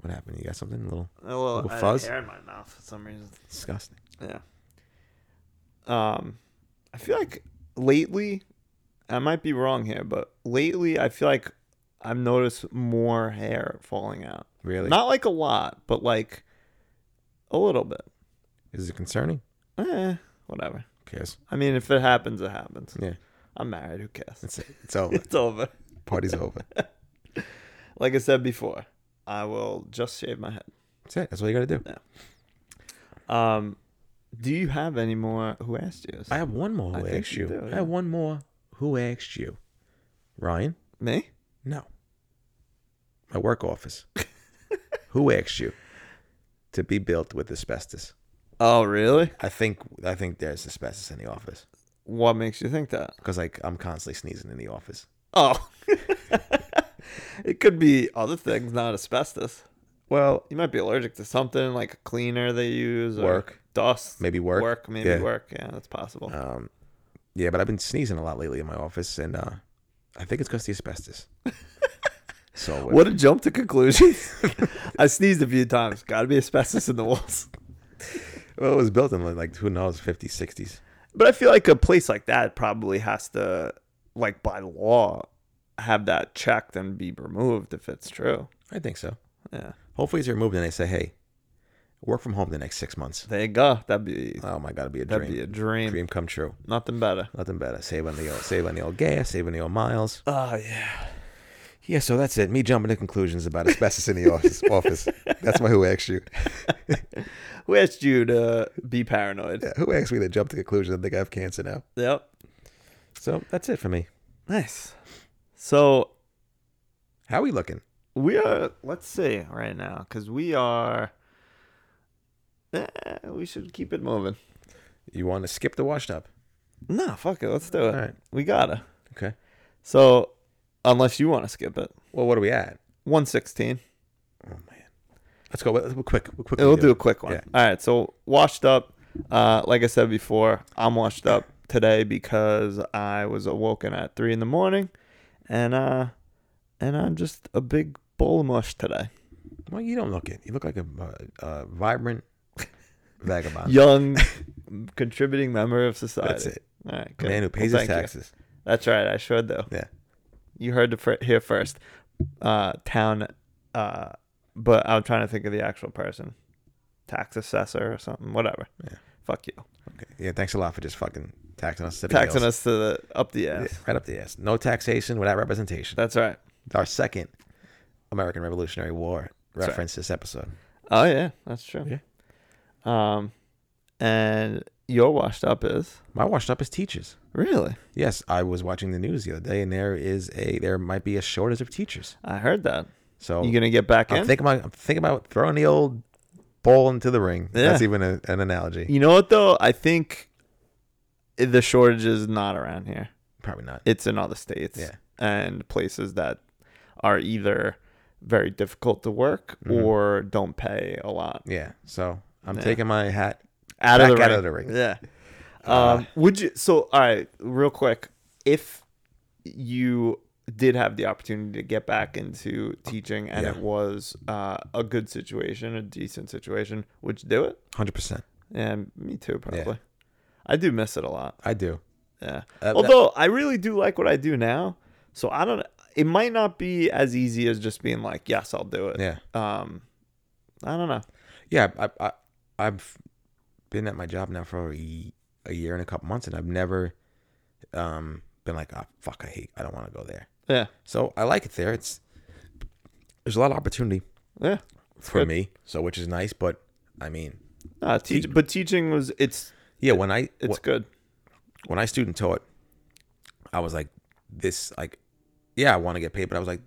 What happened? You got something? A little
A little,
Little
I had
fuzz?
air in my mouth for some reason.
disgusting.
Yeah. Um, I feel like lately, I might be wrong here, but lately I feel like I've noticed more hair falling out.
Really?
Not like a lot, but like a little bit.
Is it concerning?
Eh, whatever.
Who cares?
I mean, if it happens, it happens.
Yeah.
I'm married. Who cares?
That's it. It's over.
It's over.
Party's over.
Like I said before, I will just shave my head.
That's it. That's all you got to do.
Um, do you have any more? Who asked you?
I have one more.
I
Who
think
asked you?
you do,
I
yeah.
have one more. Who asked you? Ryan?
me.
No. My work office. Who asked you to be built with asbestos?
Oh, really?
I think I think there's asbestos in the office
What makes you think that?
because like I'm constantly sneezing in the office.
Oh, it could be other things, not asbestos.
Well,
You might be allergic to something like a cleaner they use, or
Work.
dust,
Maybe work,
work, maybe
yeah.
work. Yeah, that's possible.
um, yeah, but I've been sneezing a lot lately in my office, and uh, I think it's because the asbestos. so uh,
what a jump to conclusions! I sneezed a few times. Got to be asbestos in the walls.
Well, it was built in like who knows, 50s, 60s.
But I feel like a place like that probably has to, like by law, have that checked and be removed if it's true.
I think so.
Yeah.
Hopefully, it's removed, and they say, "Hey, work from home the next six months."
There you go. That'd be
Oh my God, it'd be a
that'd
dream.
be a dream.
dream come true.
Nothing better.
Nothing better. Save on the old, save on the old gas, save on the old miles.
Oh yeah.
Yeah, so that's it. Me jumping to conclusions about asbestos in the office. office. That's my who asked you.
Who asked you to be paranoid?
Yeah, who asked me to jump to conclusions? I think I have cancer now.
Yep.
So that's it for me.
Nice. So
How we looking?
we are. Let's see right now because we are. Eh, we should keep it moving.
You want to skip the washed up?
No, fuck it. Let's do it.
All right.
We gotta.
Okay.
So, unless you want to skip it,
Well, what are we at?
one sixteen.
Oh man, let's go. Let's go quick. We'll quickly
We'll do a quick one.
Yeah.
All right. So washed up. Uh, like I said before, I'm washed up today because I was awoken at three in the morning, and uh, and I'm just a big bowl of mush today.
Well, you don't look it. You look like a, uh, uh vibrant vagabond.
Young, contributing member of society.
That's it.
All right.
A
Good.
man who pays
Well,
his
thank you.
taxes.
That's right. I sure do.
Yeah.
You heard the fir- here first. Uh, town. Uh, but I'm trying to think of the actual person, tax assessor or something. Whatever.
Yeah.
Fuck you.
Okay. Yeah. Thanks a lot for just fucking taxing us. to the
Taxing
gills.
us to the up the ass.
Yeah, right up the ass. No taxation without representation.
That's right.
Our second American Revolutionary War
right.
reference this episode.
Oh yeah, that's true. Um, and your washed up is
My washed up is teachers.
really.
Yes, I was watching the news the other day, and there is a there might be a shortage of teachers.
I heard that.
So
You gonna get back
I'm
in?
thinking about I'm thinking about throwing the old ball into the ring.
Yeah.
That's even a, an analogy.
you know what though? I think the shortage is not around here.
Probably not.
It's in other states
Yeah.
and places that are either very difficult to work or don't pay a lot.
Yeah. So I'm
Yeah.
taking my hat.
out of the
Back
ring.
out of the ring. Uh,
Yeah. Um, would you? So, all right, real quick, if you did have the opportunity to get back into teaching and
Yeah.
it was uh, a good situation, a decent situation, would you do it?
Hundred percent.
Yeah, me too, probably. I do miss it a lot.
I do.
Yeah.
Uh,
Although I really do like what I do now, so I don't. It might not be as easy as just being like, "Yes, I'll do it."
Yeah.
Um, I don't know.
Yeah. I, I I've been at my job now for a, a year and a couple months, and I've never um been like, oh fuck, I hate. I don't want to go there.
Yeah.
So I like it there. It's there's a lot of opportunity
Yeah.
for
good.
me. So which is nice, but I mean,
No, teach, but teaching was it's
yeah. When I
it's
when-
good.
when I student taught, I was like, this like, yeah, I want to get paid, but I was like,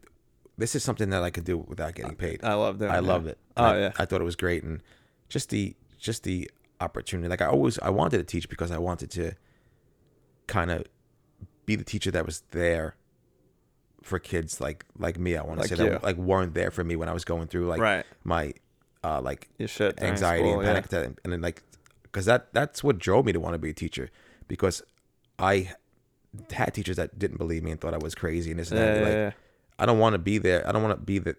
this is something that I could do without getting paid.
I love doing
I
that.
loved it.
Oh
I,
yeah.
I thought it was great, and just the just the opportunity. Like I always, I wanted to teach because I wanted to kind of be the teacher that was there for kids like like me. I want to
Like
say
you.
that like weren't there for me when I was going through like
Right.
my uh like
Your shit during
anxiety
school,
and panic attack, and then like because that that's what drove me to want to be a teacher because I had teachers that didn't believe me and thought I was crazy and this and
Yeah,
that.
yeah,
Like
yeah.
I don't want to be there. I don't want to be the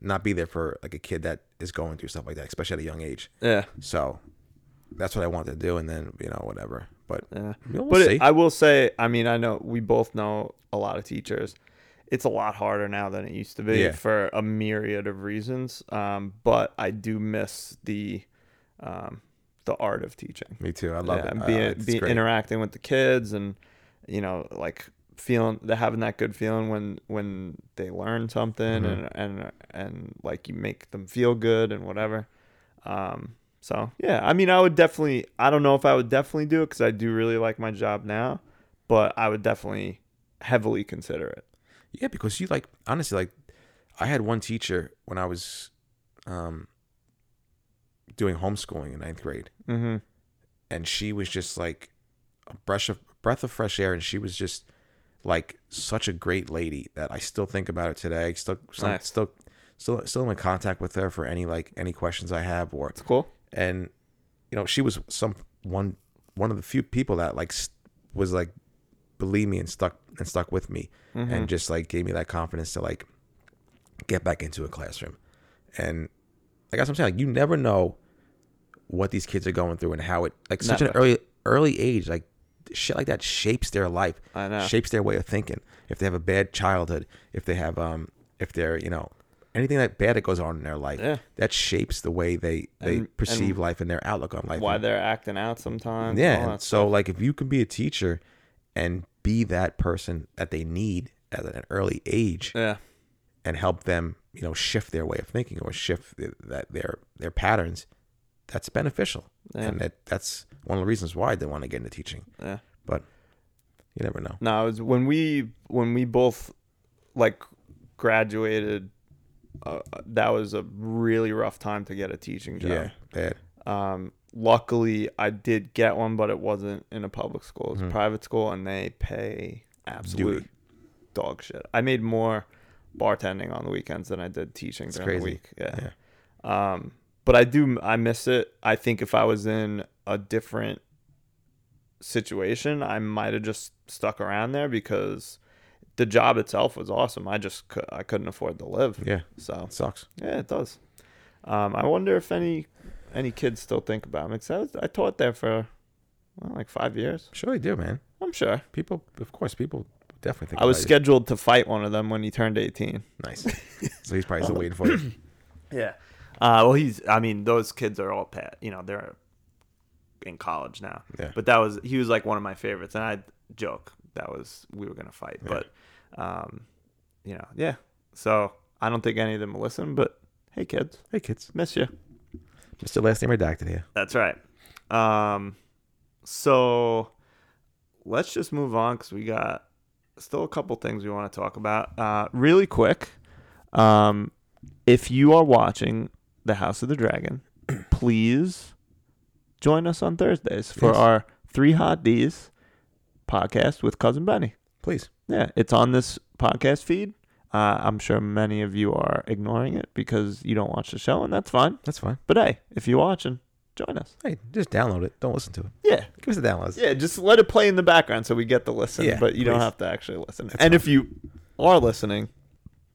not be there for like a kid that is going through stuff like that, especially at a young age.
yeah.
So that's what I wanted to do, and then you know whatever. But
Yeah.
we'll
but it-
see.
I will say, I mean, I know we both know a lot of teachers. It's a lot harder now than it used to be
Yeah.
for a myriad of reasons. Um, but I do miss the um, the art of teaching.
me too. I love
Yeah,
it.
and
I-
Being,
it's
being-
great.
interacting with the kids and you know like feeling the having that good feeling when when they learn something
Mm-hmm.
and and and like you make them feel good and whatever. Um, so yeah, I mean, I would definitely. I don't know if I would definitely do it because I do really like my job now, but I would definitely heavily consider it.
Yeah, because you like honestly like I had one teacher when I was um doing homeschooling in ninth grade,
Mm-hmm.
and she was just like a breath of breath of fresh air, and she was just like such a great lady that I still think about it today. Still, some,
Nice.
still, still, still in contact with her for any like any questions I have or
It's cool.
and you know she was some one one of the few people that like st- was like believe me and stuck and stuck with me
Mm-hmm.
and just like gave me that confidence to like get back into a classroom and like that's what i'm saying like you never know what these kids are going through and how it like such an
Never.
early early age like shit like that shapes their life
I know.
shapes their way of thinking if they have a bad childhood if they have um if they're you know anything that bad that goes on in their life
Yeah.
that shapes the way they they
And-
perceive
and
life and their outlook on life.
Why Oh,
And-
they're acting out sometimes. and all
yeah.
that
And so like if you can be a teacher and be that person that they need at an early age
stuff. yeah.
and help them, you know, shift their way of thinking or shift th- that their their patterns, that's beneficial.
Yeah.
And that that's one of the reasons why they want to get into teaching.
Yeah.
But you never know.
No, it was when we when we both like graduated. Uh, that was a really rough time to get a teaching
Yeah.
job.
Bad.
Um, luckily, I did get one, but it wasn't in a public school. It
Hmm.
was a private school, and they pay absolute dog shit. I made more bartending on the weekends than I did teaching during the
crazy.
week. Yeah. Um, but I do I miss it. I think if I was in a different situation, I might have just stuck around there because the job itself was awesome. I just cou- I couldn't afford to live.
Yeah.
So
Sucks.
yeah, it does. Um, I wonder if any any kids still think about me. Cause I, was, I taught there for well, like five years.
Sure they do, man.
I'm sure.
People of course people definitely think
I was
about you.
scheduled to fight one of them when he turned 18.
Nice. so he's probably still waiting for you.
Yeah. Uh, well, he's. I mean, those kids are all pat. You know, they're in college now.
Yeah.
But that was he was like one of my favorites, and I joke that was we were gonna fight, but um, you know, yeah. So I don't think any of them will listen. But hey, kids,
Hey kids.
miss you.
Mr. Last Name Redacted here.
That's right. Um, so let's just move on because we got still a couple things we want to talk about. Uh, really quick, um, if you are watching The House of the Dragon, please join us on Thursdays for
Yes.
our Three Hot D's podcast with Cousin Benny.
Please.
Yeah, it's on this podcast feed. Uh, I'm sure many of you are ignoring it because you don't watch the show, and that's fine.
That's fine.
But hey, if you're watching, join us.
Hey, just download it. Don't listen to it.
Yeah.
Give us a download.
Yeah, just let it play in the background so we get to listen,
Yeah,
but you don't
please.
have to actually listen. and if you are listening,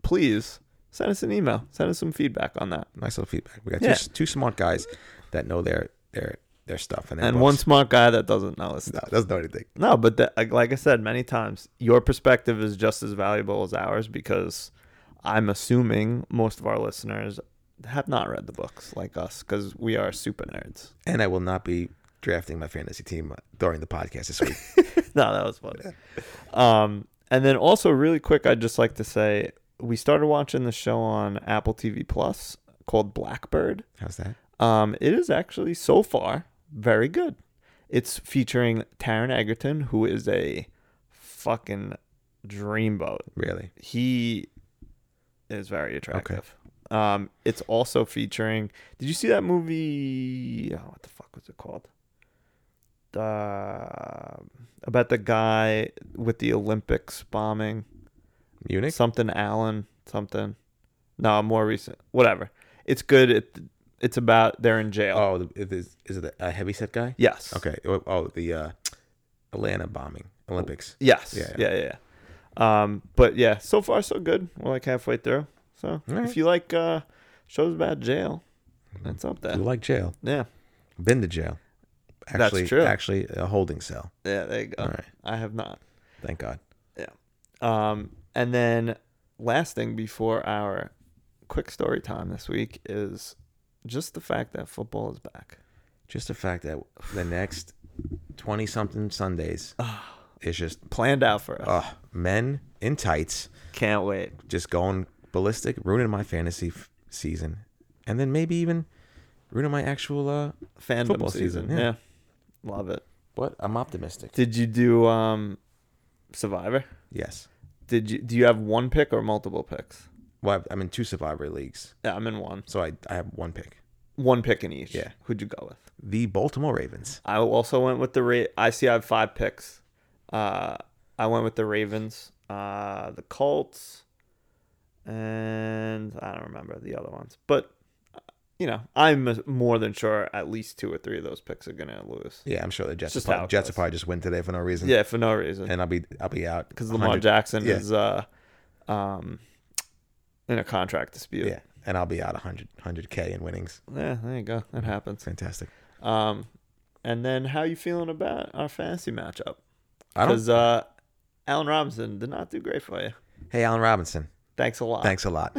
please send us an email. Send us some feedback on that.
Nice little feedback. We got
Yeah.
two, two smart guys that know their their their stuff, and, their
And
books.
one smart guy that doesn't know his
no,
stuff.
doesn't know anything.
No, but that, like- like I said many times, your perspective is just as valuable as ours because I'm assuming most of our listeners have not read the books like us because we are super nerds.
And I will not be drafting my fantasy team uh, during the podcast this week.
no, that was funny. Um, and then also really quick, I'd just like to say we started watching the show on Apple TV Plus called Blackbird.
How's that?
Um, it is actually so far very good. It's featuring Taron Egerton, who is a fucking dreamboat.
Really?
He is very attractive. Um, it's also featuring. Did you see that movie? Oh, what the fuck was it called? Uh, about the guy with the Olympics bombing.
Munich.
something Allen, something. No, more recent. Whatever. It's good. It, it's about they're in jail.
Oh, the- it is, is it a heavy set guy?
yes.
Okay. Oh, oh, the uh, Atlanta bombing Olympics.
Yes.
Yeah,
Yeah. Yeah. yeah, Um, but yeah, so far so good. We're like halfway through. So
right.
if you like uh, shows about jail, that's up there.
You like jail?
yeah.
Been to jail? Actually,
true.
Actually, a holding cell.
Yeah. There you go.
All right.
I have not.
Thank God.
Um, and then last thing before our quick story time this week is just the fact that football is back.
Just the fact that the next twenty something Sundays is just
Planned out for us.
uh, men in tights
Can't wait.
just going ballistic, ruining my fantasy f- season, and then maybe even ruining my actual. Uh,
Fandom
Football
season.
season, yeah.
yeah. Love it.
but I'm optimistic.
Did you do um Survivor?
Yes.
Did you do you have one pick or multiple picks?
Well, I've- I'm in two Survivor leagues,
Yeah, I'm in one.
so I I have one pick.
One pick in each.
Yeah.
Who'd you go with?
The Baltimore Ravens.
I also went with the Ra- I see I have five picks. Uh, I went with the Ravens, uh, the Colts, and I don't remember the other ones. But you know, I'm more than sure at least two or three of those picks are gonna lose.
Yeah, I'm sure the Jets,
Just
are
how
probably,
it
Jets
goes.
will probably just win today for no reason.
Yeah, for no reason.
and I'll be I'll be out
Because Lamar
100
Jackson
yeah.
is uh, um, in a contract dispute.
Yeah, and I'll be out 100 100k in winnings.
Yeah, there you go. That happens.
Fantastic.
Um, and then how you feeling about our fantasy matchup?
I don't.
Because uh, Allen Robinson did not do great for you.
Hey, Allen Robinson.
Thanks a lot.
Thanks a lot.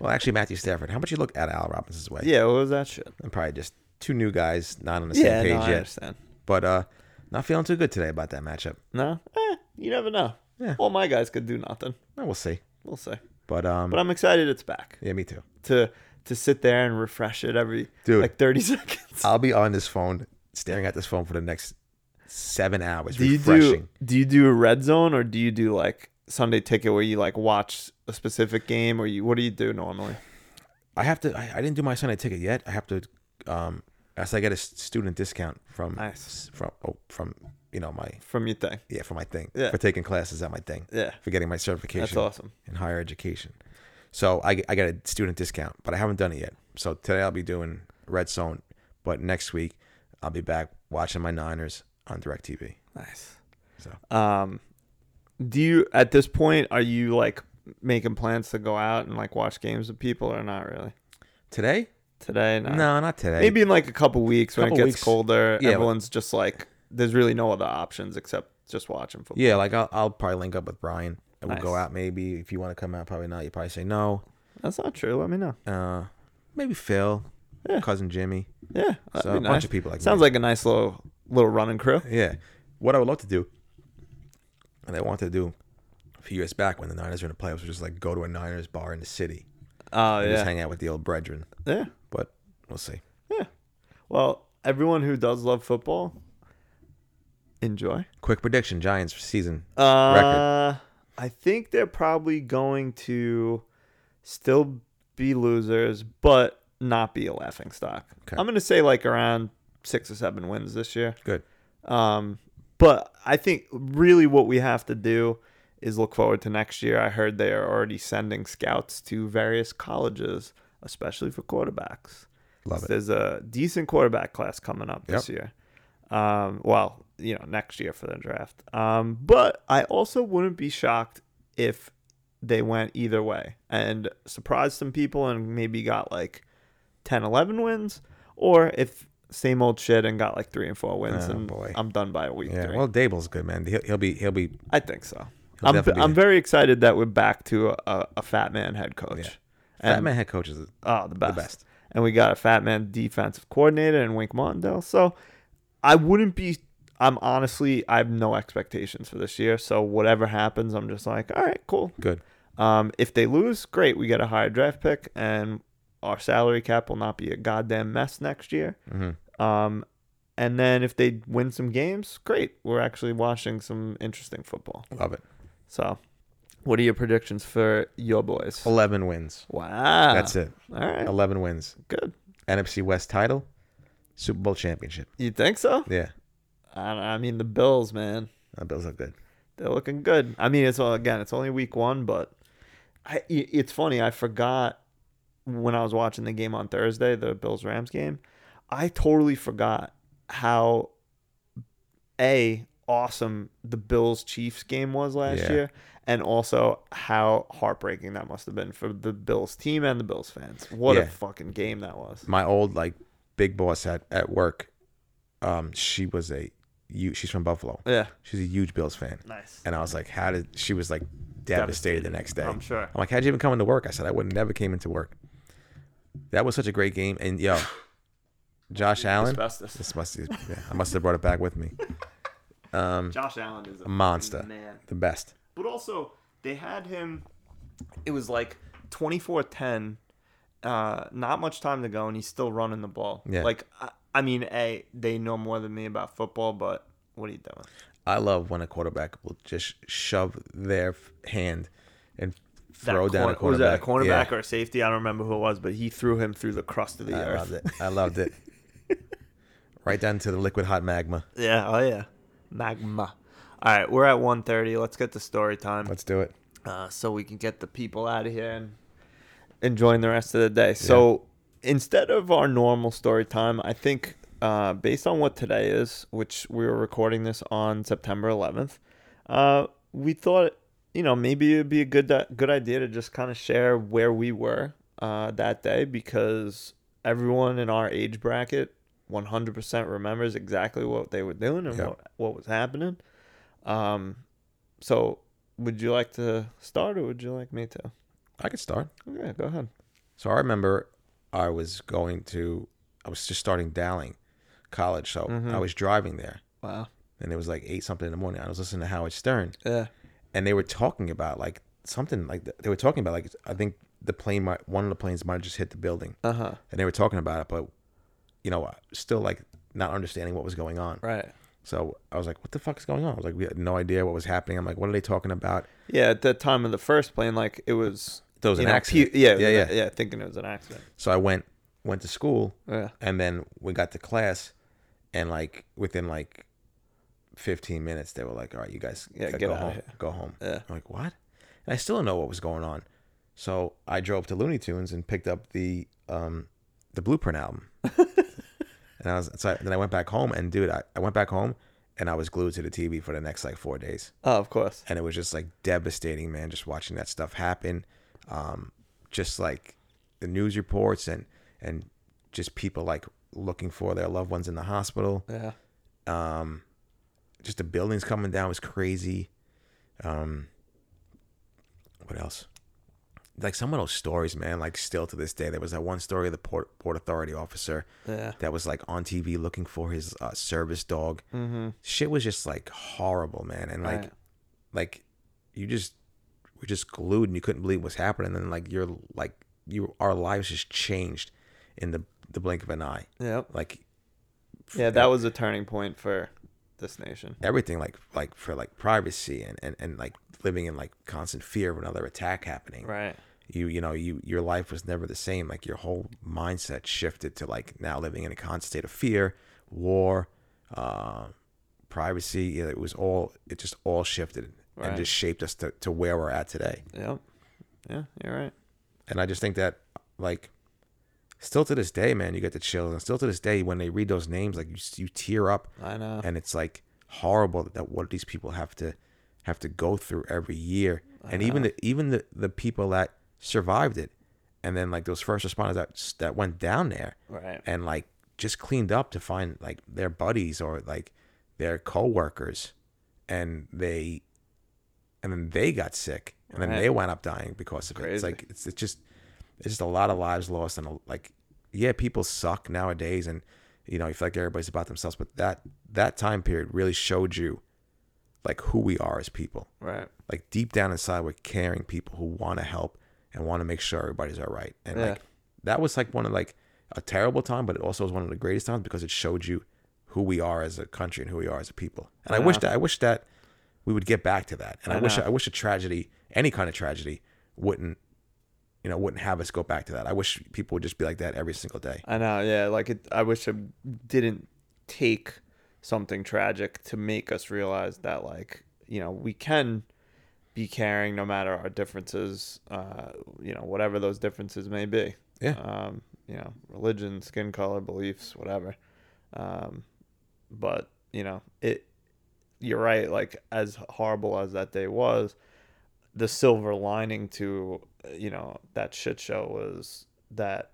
well, actually, Matthew Stafford. How much you look at Allen Robinson's way?
Yeah, what was that shit?
I'm probably just two new guys, not on the same
Yeah,
page
no, I
yet.
understand.
But uh, not feeling too good today about that matchup.
No, eh, you never know.
Yeah.
All my guys could do nothing.
Well, we'll see.
We'll see.
But um,
But I'm excited it's back
yeah, me too.
to to sit there and refresh it every
Dude.
like 30 seconds.
I'll be on this phone, staring at this phone for the next seven hours.
do you
refreshing.
do do you do a red zone or do you do like Sunday ticket where you like watch a specific game or you what do you do normally?
I have to. I, I didn't do my Sunday ticket yet. I have to. Um, as I get a s- student discount from
Nice.
from oh, from you know my
From your thing.
yeah for my thing
Yeah.
for taking classes at my thing
Yeah.
for getting my certification.
That's awesome.
In higher education, so I, get- I got a student discount, but I haven't done it yet. So today I'll be doing Red Zone, but next week I'll be back watching my Niners on Directv.
Nice.
So
Um do you at this point are you like making plans to go out and like watch games with people or not really?
today?
Today no.
No, not today.
Uh, Maybe in like a couple weeks when
Couple
it gets
weeks.
colder,
Yeah, but-
everyone's just like there's really no other options except just watching football.
Yeah, like I'll, I'll probably link up with Brian and we'll go
Nice.
out. Maybe if you want to come out, probably not. You probably say no.
That's not true. Let me know.
uh, maybe Phil,
Yeah.
cousin Jimmy.
Yeah. that'd
So
be
a bunch
nice.
of people like
Sounds
me.
like a nice little little running crew.
Yeah. What I would love to do, and I wanted to do a few years back when the Niners were in the playoffs, was just like go to a Niners bar in the city
Oh
and
yeah.
just hang out with the old brethren.
yeah.
But we'll see.
Well, everyone who does love football, enjoy.
Quick prediction: Giants season.
Uh, I think they're probably going to still be losers, but not be a laughing stock.
Okay.
I'm going to say like around six or seven wins this year.
Good.
Um, but I think really what we have to do is look forward to next year. I heard they are already sending scouts to various colleges, especially for quarterbacks.
Love
So
it.
There's a decent quarterback class coming up this year. Um, well, you know, next year for the draft. Um, but I also wouldn't be shocked if they went either way and surprised some people and maybe got like 10, 11 wins, or if same old shit and got like three and four wins
Oh,
and
boy.
I'm done by week
Yeah.
three.
Well, Dable's good, man. He'll, he'll be he'll be
I think so.
He'll
I'm,
definitely be
I'm
the-
very excited that we're back to a, a fat man head coach.
Yeah.
And-
fat man head coaches.
Oh, the best.
best.
And we got a fat man defensive coordinator and Wink Martindale. So I wouldn't be. I'm honestly, I have no expectations for this year. So whatever happens, I'm just like, all right, cool.
Good.
Um, if they lose, great. We get a higher draft pick, and our salary cap will not be a goddamn mess next year.
Mhm.
Um, and then if they win some games, great. We're actually watching some interesting football.
Love it.
So, what are your predictions for your boys?
Eleven wins.
Wow,
That's it.
All Ah. right,
Eleven wins.
good.
NFC West title, Super Bowl championship.
You think so?
Yeah.
I, I mean, the Bills, man,
The Bills look good.
they're looking good. I mean, it's all again, it's only week one, but I, i- it's funny. I forgot when I was watching the game on Thursday, the Bills Rams game. I totally forgot how a awesome the Bills Chiefs game was last
Yeah.
year, and also how heartbreaking that must have been for the Bills team and the Bills fans. What
Yeah.
a fucking game that was!
my old like big boss at at work um she was a you she's from buffalo
Yeah,
she's a huge bills fan
nice.
and i was like how did she was like devastated, the next day
I'm sure.
i'm like how'd you even come into work i said i would have never came into work that was such a great game and yo josh allen
Asbestos.
this must yeah, i must have brought it back with me um
Josh Allen is a
monster
man.
the best
But also, they had him. It was like 24 10, uh, not much time to go, and he's still running the ball.
Yeah.
Like, I, I mean, A, they know more than me about football, but what are you doing?
i love when a quarterback will just shove their hand and
That
throw down a
corner- Was that a
quarterback Yeah.
cornerback or a safety? I don't remember who it was, but he threw him through the crust of the
I
earth.
loved it. I loved it. right down to the liquid hot magma.
Yeah, oh yeah. Magma. All right, we're at 1.30. Let's get to story time.
Let's do it.
uh, so we can get the people out of here and enjoying the rest of the day. So instead of our normal story time, I think uh, based on what today is, which we were recording this on September 11th, uh, we thought you know maybe it'd be a good uh, good idea to just kind of share where we were uh, that day because everyone in our age bracket 100% remembers exactly what they were doing and
Yep.
what, what was happening. Um, so would you like to start or would you like me to?
I could start.
Okay, go ahead.
So I remember I was going to, I was just starting Dowling College. So I was driving there
Wow.
and it was like eight something in the morning. I was listening to Howard Stern
Yeah.
and they were talking about like something like th- they were talking about like, I think the plane might, one of the planes might have just hit the building
Uh huh.
and they were talking about it, but you know, still like not understanding what was going on.
Right.
So I was like, what the fuck is going on? I was like, we had no idea what was happening. I'm like, what are they talking about?
Yeah, at the time of the first plane, like it was.
There was
you
an
know,
accident.
pu- yeah,
yeah, yeah.
yeah. Thinking it was an accident.
So I went went to school,
Yeah.
and then we got to class, and like within like fifteen minutes, they were like, "All right, you guys,
Yeah,
gotta
get
go
out of
home,
here."
go home."
Yeah.
I'm like, "What?" And I still don't know what was going on. So I drove to Looney Tunes and picked up the um the Blueprint album, and I was so I, then I went back home and dude, I, I went back home and I was glued to the TV for the next like four days
Oh, of course.
and it was just like devastating, man. Just watching that stuff happen, um, just like the news reports and and just people like looking for their loved ones in the hospital.
Yeah.
Um, just the buildings coming down was crazy. Um, what else? Like some of those stories, man. Like still to this day, there was that one story of the port port authority officer
Yeah.
that was like on TV looking for his uh, service dog.
Mm-hmm.
Shit was just like horrible, man. And like
Right.
like you just were just glued and you couldn't believe what's happening and like you're like you our lives just changed in the the blink of an eye
Yep.
like
Yeah, that was a turning point for this nation.
everything like like for like privacy and and, and like living in like constant fear of another attack happening
Right.
you you know you your life was never the same like your whole mindset shifted to like now living in a constant state of fear war uh, privacy Yeah, it was all it just all shifted
Right.
and just shaped us to, to where we're at today
Yep. Yeah, you're right.
And I just think that, like, still to this day, man, you get the chills. And still to this day, when they read those names, like, you, you tear up.
I know.
And it's like horrible that, that what these people have to have to go through every year. and even the even the, the people that survived it, and then like those first responders that that went down there
Right.
and like just cleaned up to find like their buddies or like their coworkers, and they and then they got sick and then
Right.
they wound up dying because of it. It's
Crazy.
like it's, it's just it's just a lot of lives lost and a, like yeah, people suck nowadays and you know you feel like everybody's about themselves, but that that time period really showed you like who we are as people.
Right.
Like deep down inside, we're caring people who want to help and want to make sure everybody's all right. And
Yeah.
like that was like one of like a terrible time, but it also was one of the greatest times because it showed you who we are as a country and who we are as a people. And I wish that I wish that we would get back to that. And I, wish I wish a tragedy, any kind of tragedy, wouldn't you know wouldn't have us go back to that. I wish people would just be like that every single day.
I know. Yeah, like it, I wish it didn't take something tragic to make us realize that, like, you know, we can be caring no matter our differences, uh, you know, whatever those differences may be.
Yeah.
Um, you know, religion, skin color, beliefs, whatever. Um, but, you know, it you're right, like as horrible as that day was, the silver lining to, uh, you know, that shit show was that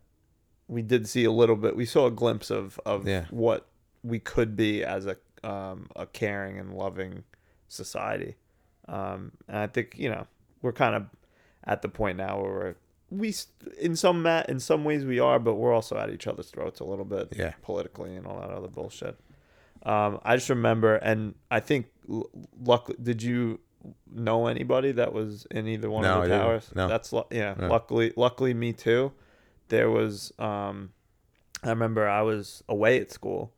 we did see a little bit. We saw a glimpse of of
Yeah.
what we could be as a um, a caring and loving society. Um, and I think you know we're kind of at the point now where we're we s- in some ma- in some ways we are, but we're also at each other's throats a little bit,
Yeah.
politically and all that other bullshit. Um, I just remember, and I think l- luckily, did you know anybody that was in either one
No,
of
I
the
didn't.
towers?
No.
that's lu- yeah,
No.
Luckily, luckily, me too. There was um, I remember I was away at school.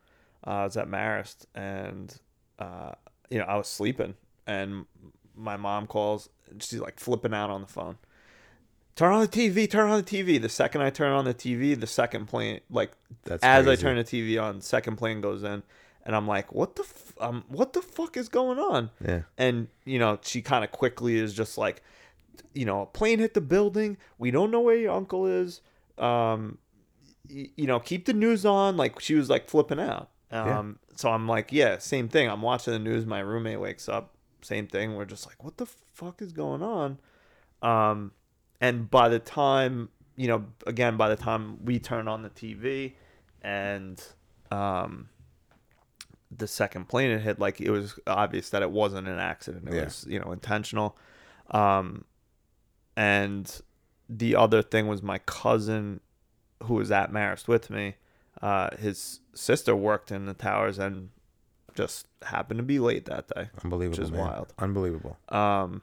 Uh, I was at Marist, and uh, you know I was sleeping, and my mom calls. and She's like flipping out on the phone. Turn on the TV. Turn on the TV. The second I turn on the TV, the second plane, like
That's
as
crazy.
I turn the TV on, second plane goes in, and I'm like, what the, f- um, what the fuck is going on?
Yeah.
And you know, she kind of quickly is just like, you know, a plane hit the building. We don't know where your uncle is. Um, y- you know, keep the news on. Like she was like flipping out. Um, so I'm like, yeah, same thing. I'm watching the news. My roommate wakes up. Same thing. We're just like, what the fuck is going on? Um, and by the time you know, again, by the time we turn on the TV, and um, the second plane it hit, like it was obvious that it wasn't an accident. It
Yeah.
was, you know, intentional. Um, and the other thing was my cousin, who was at Marist with me, uh, his sister worked in the towers and just happened to be late that day.
Unbelievable.
is
man.
wild.
Unbelievable.
Um,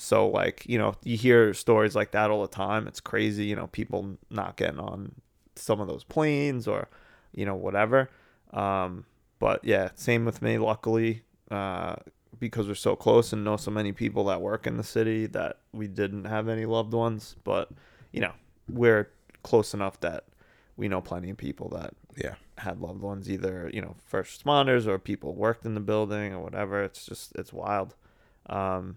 so like you know, you hear stories like that all the time. It's crazy, you know, people not getting on some of those planes or you know whatever. Um, but yeah, same with me. Luckily, uh, because we're so close and know so many people that work in the city, that we didn't have any loved ones. But you know, we're close enough that we know plenty of people that
Yeah.
had loved ones either you know first responders or people worked in the building or whatever it's just it's wild um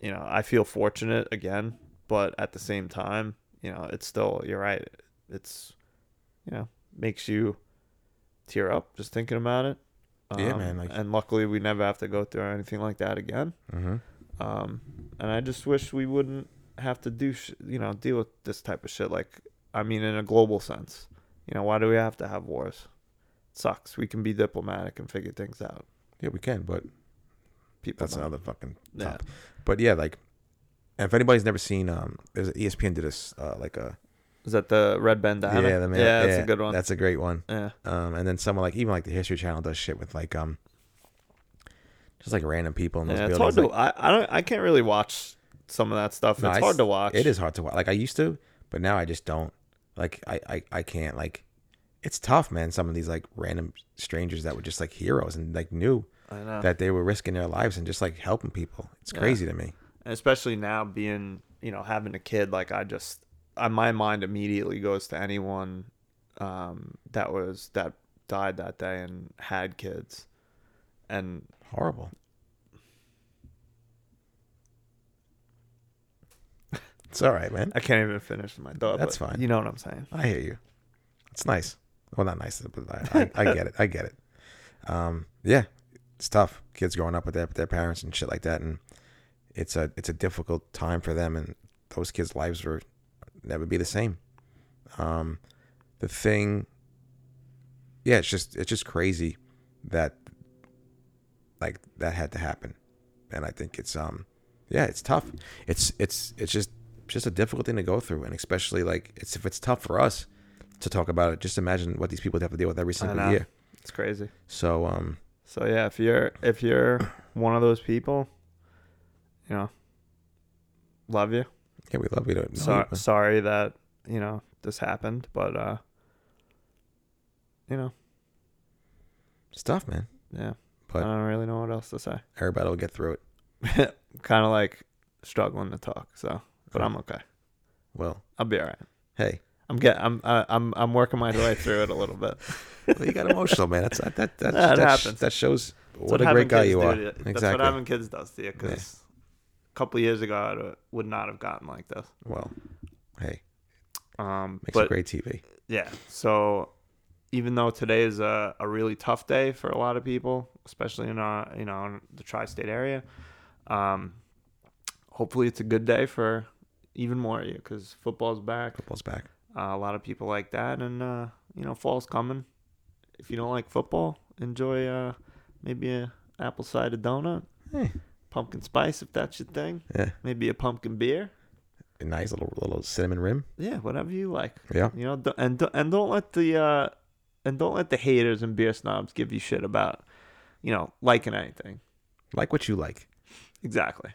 you know i feel fortunate again but at the same time you know it's still you're right it's you know makes you tear up just thinking about it Um,
Yeah, man, like-
and luckily we never have to go through anything like that again
Mm-hmm.
um, and I just wish we wouldn't have to do, sh- you know, deal with this type of shit. Like, I mean, in a global sense, you know, why do we have to have wars? sucks. We can be diplomatic and figure things out.
Yeah, we can, but
People,
that's
don't.
another fucking
Yeah.
top. But yeah, like if anybody's never seen, um, there's ESPN did this uh, like a
is that the red bandana?
yeah, the man,
yeah, that's a good one.
That's a great one.
yeah,
Um, and then someone like even like the History Channel does shit with like um, just like random people in those
yeah. It's hard
buildings.
to.
like-
I, I don't. I can't really watch some of that stuff.
No,
it's
I
hard
s-
to watch.
It is hard to watch. Like I used to, but now I just don't. Like I, I, I can't. Like it's tough, man. Some of these like random strangers that were just like heroes and like knew
I know.
that they were risking their lives and just like helping people. It's crazy to me.
and especially now being you know having a kid like i just I, my mind immediately goes to anyone um that was that died that day and had kids and
Horrible. It's all right, man.
i can't even finish my thought
That's
but
fine.
you know what i'm saying
I hear you. It's nice. Well, not nice, but I, I, I get it. I get it. Um, yeah, it's tough. Kids growing up with their, their parents and shit like that, and it's a it's a difficult time for them, and those kids' lives will never be the same. Um, the thing, yeah, it's just it's just crazy that like that had to happen, and I think it's um, yeah, it's tough. It's it's it's just just a difficult thing to go through, and especially like it's if it's tough for us to talk about it. Just imagine what these people have to deal with every single
know.
year.
uh, it's crazy
So um,
so yeah if you're if you're one of those people you know love you
yeah, we love we don't. know
Sor
you, but
sorry that you know this happened but uh you know
it's tough, man.
yeah
But-
i don't really know what else to say
Everybody will get through it.
kind of like struggling to talk. So, but I'm okay.
Well,
I'll be all right.
hey,
I'm get. I'm. I, I'm. I'm working my way through it a little bit.
well, you got emotional, man. That's that that that,
That
that, sh-
happens.
that shows what a great guy you are.
Exactly. That's what
Exactly.
having kids does to you. Because a couple years ago, I would've- would not have gotten like this.
Well, hey,
Um,
makes
but
a great TV.
yeah, so even though today is a, a really tough day for a lot of people, especially in uh you know in the tri-state area, um, hopefully it's a good day for even more of you because football's back.
Football's back.
Uh, a lot of people like that, and uh, you know, fall's coming. If you don't like football, enjoy uh, maybe a apple cider donut,
Eh.
pumpkin spice if that's your thing.
Yeah,
Maybe a pumpkin beer.
a nice little little cinnamon rim.
Yeah, whatever you like.
Yeah,
You know, don't- and don't- and don't let the uh, and don't let the haters and beer snobs give you shit about you know liking anything.
like what you like.
Exactly,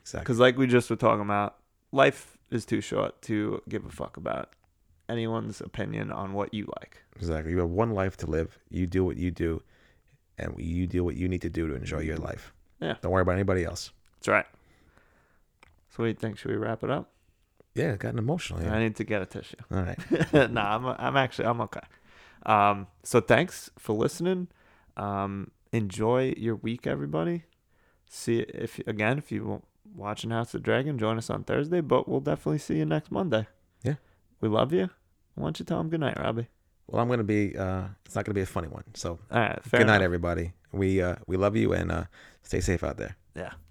Exactly.
because like we just were talking about, life is too short to give a fuck about anyone's opinion on what you like.
Exactly. You have one life to live. You do what you do, and you do what you need to do to enjoy your life.
Yeah.
Don't worry about anybody else.
That's right. So what do you think? Should we wrap it up?
Yeah, it gotten emotional.
I
Yeah.
need to get a tissue.
All right.
nah, I'm, I'm actually I'm okay. Um, so thanks for listening. Um, enjoy your week, everybody. See if again if you watching House of Dragon, join us on Thursday. But we'll definitely see you next Monday.
Yeah.
we love you. Why don't you tell them good night, Robbie?
Well, I'm gonna be. Uh, it's not gonna be a funny one. So
All right, fair
good night,
enough.
everybody. We uh, we love you and uh, stay safe out there.
Yeah.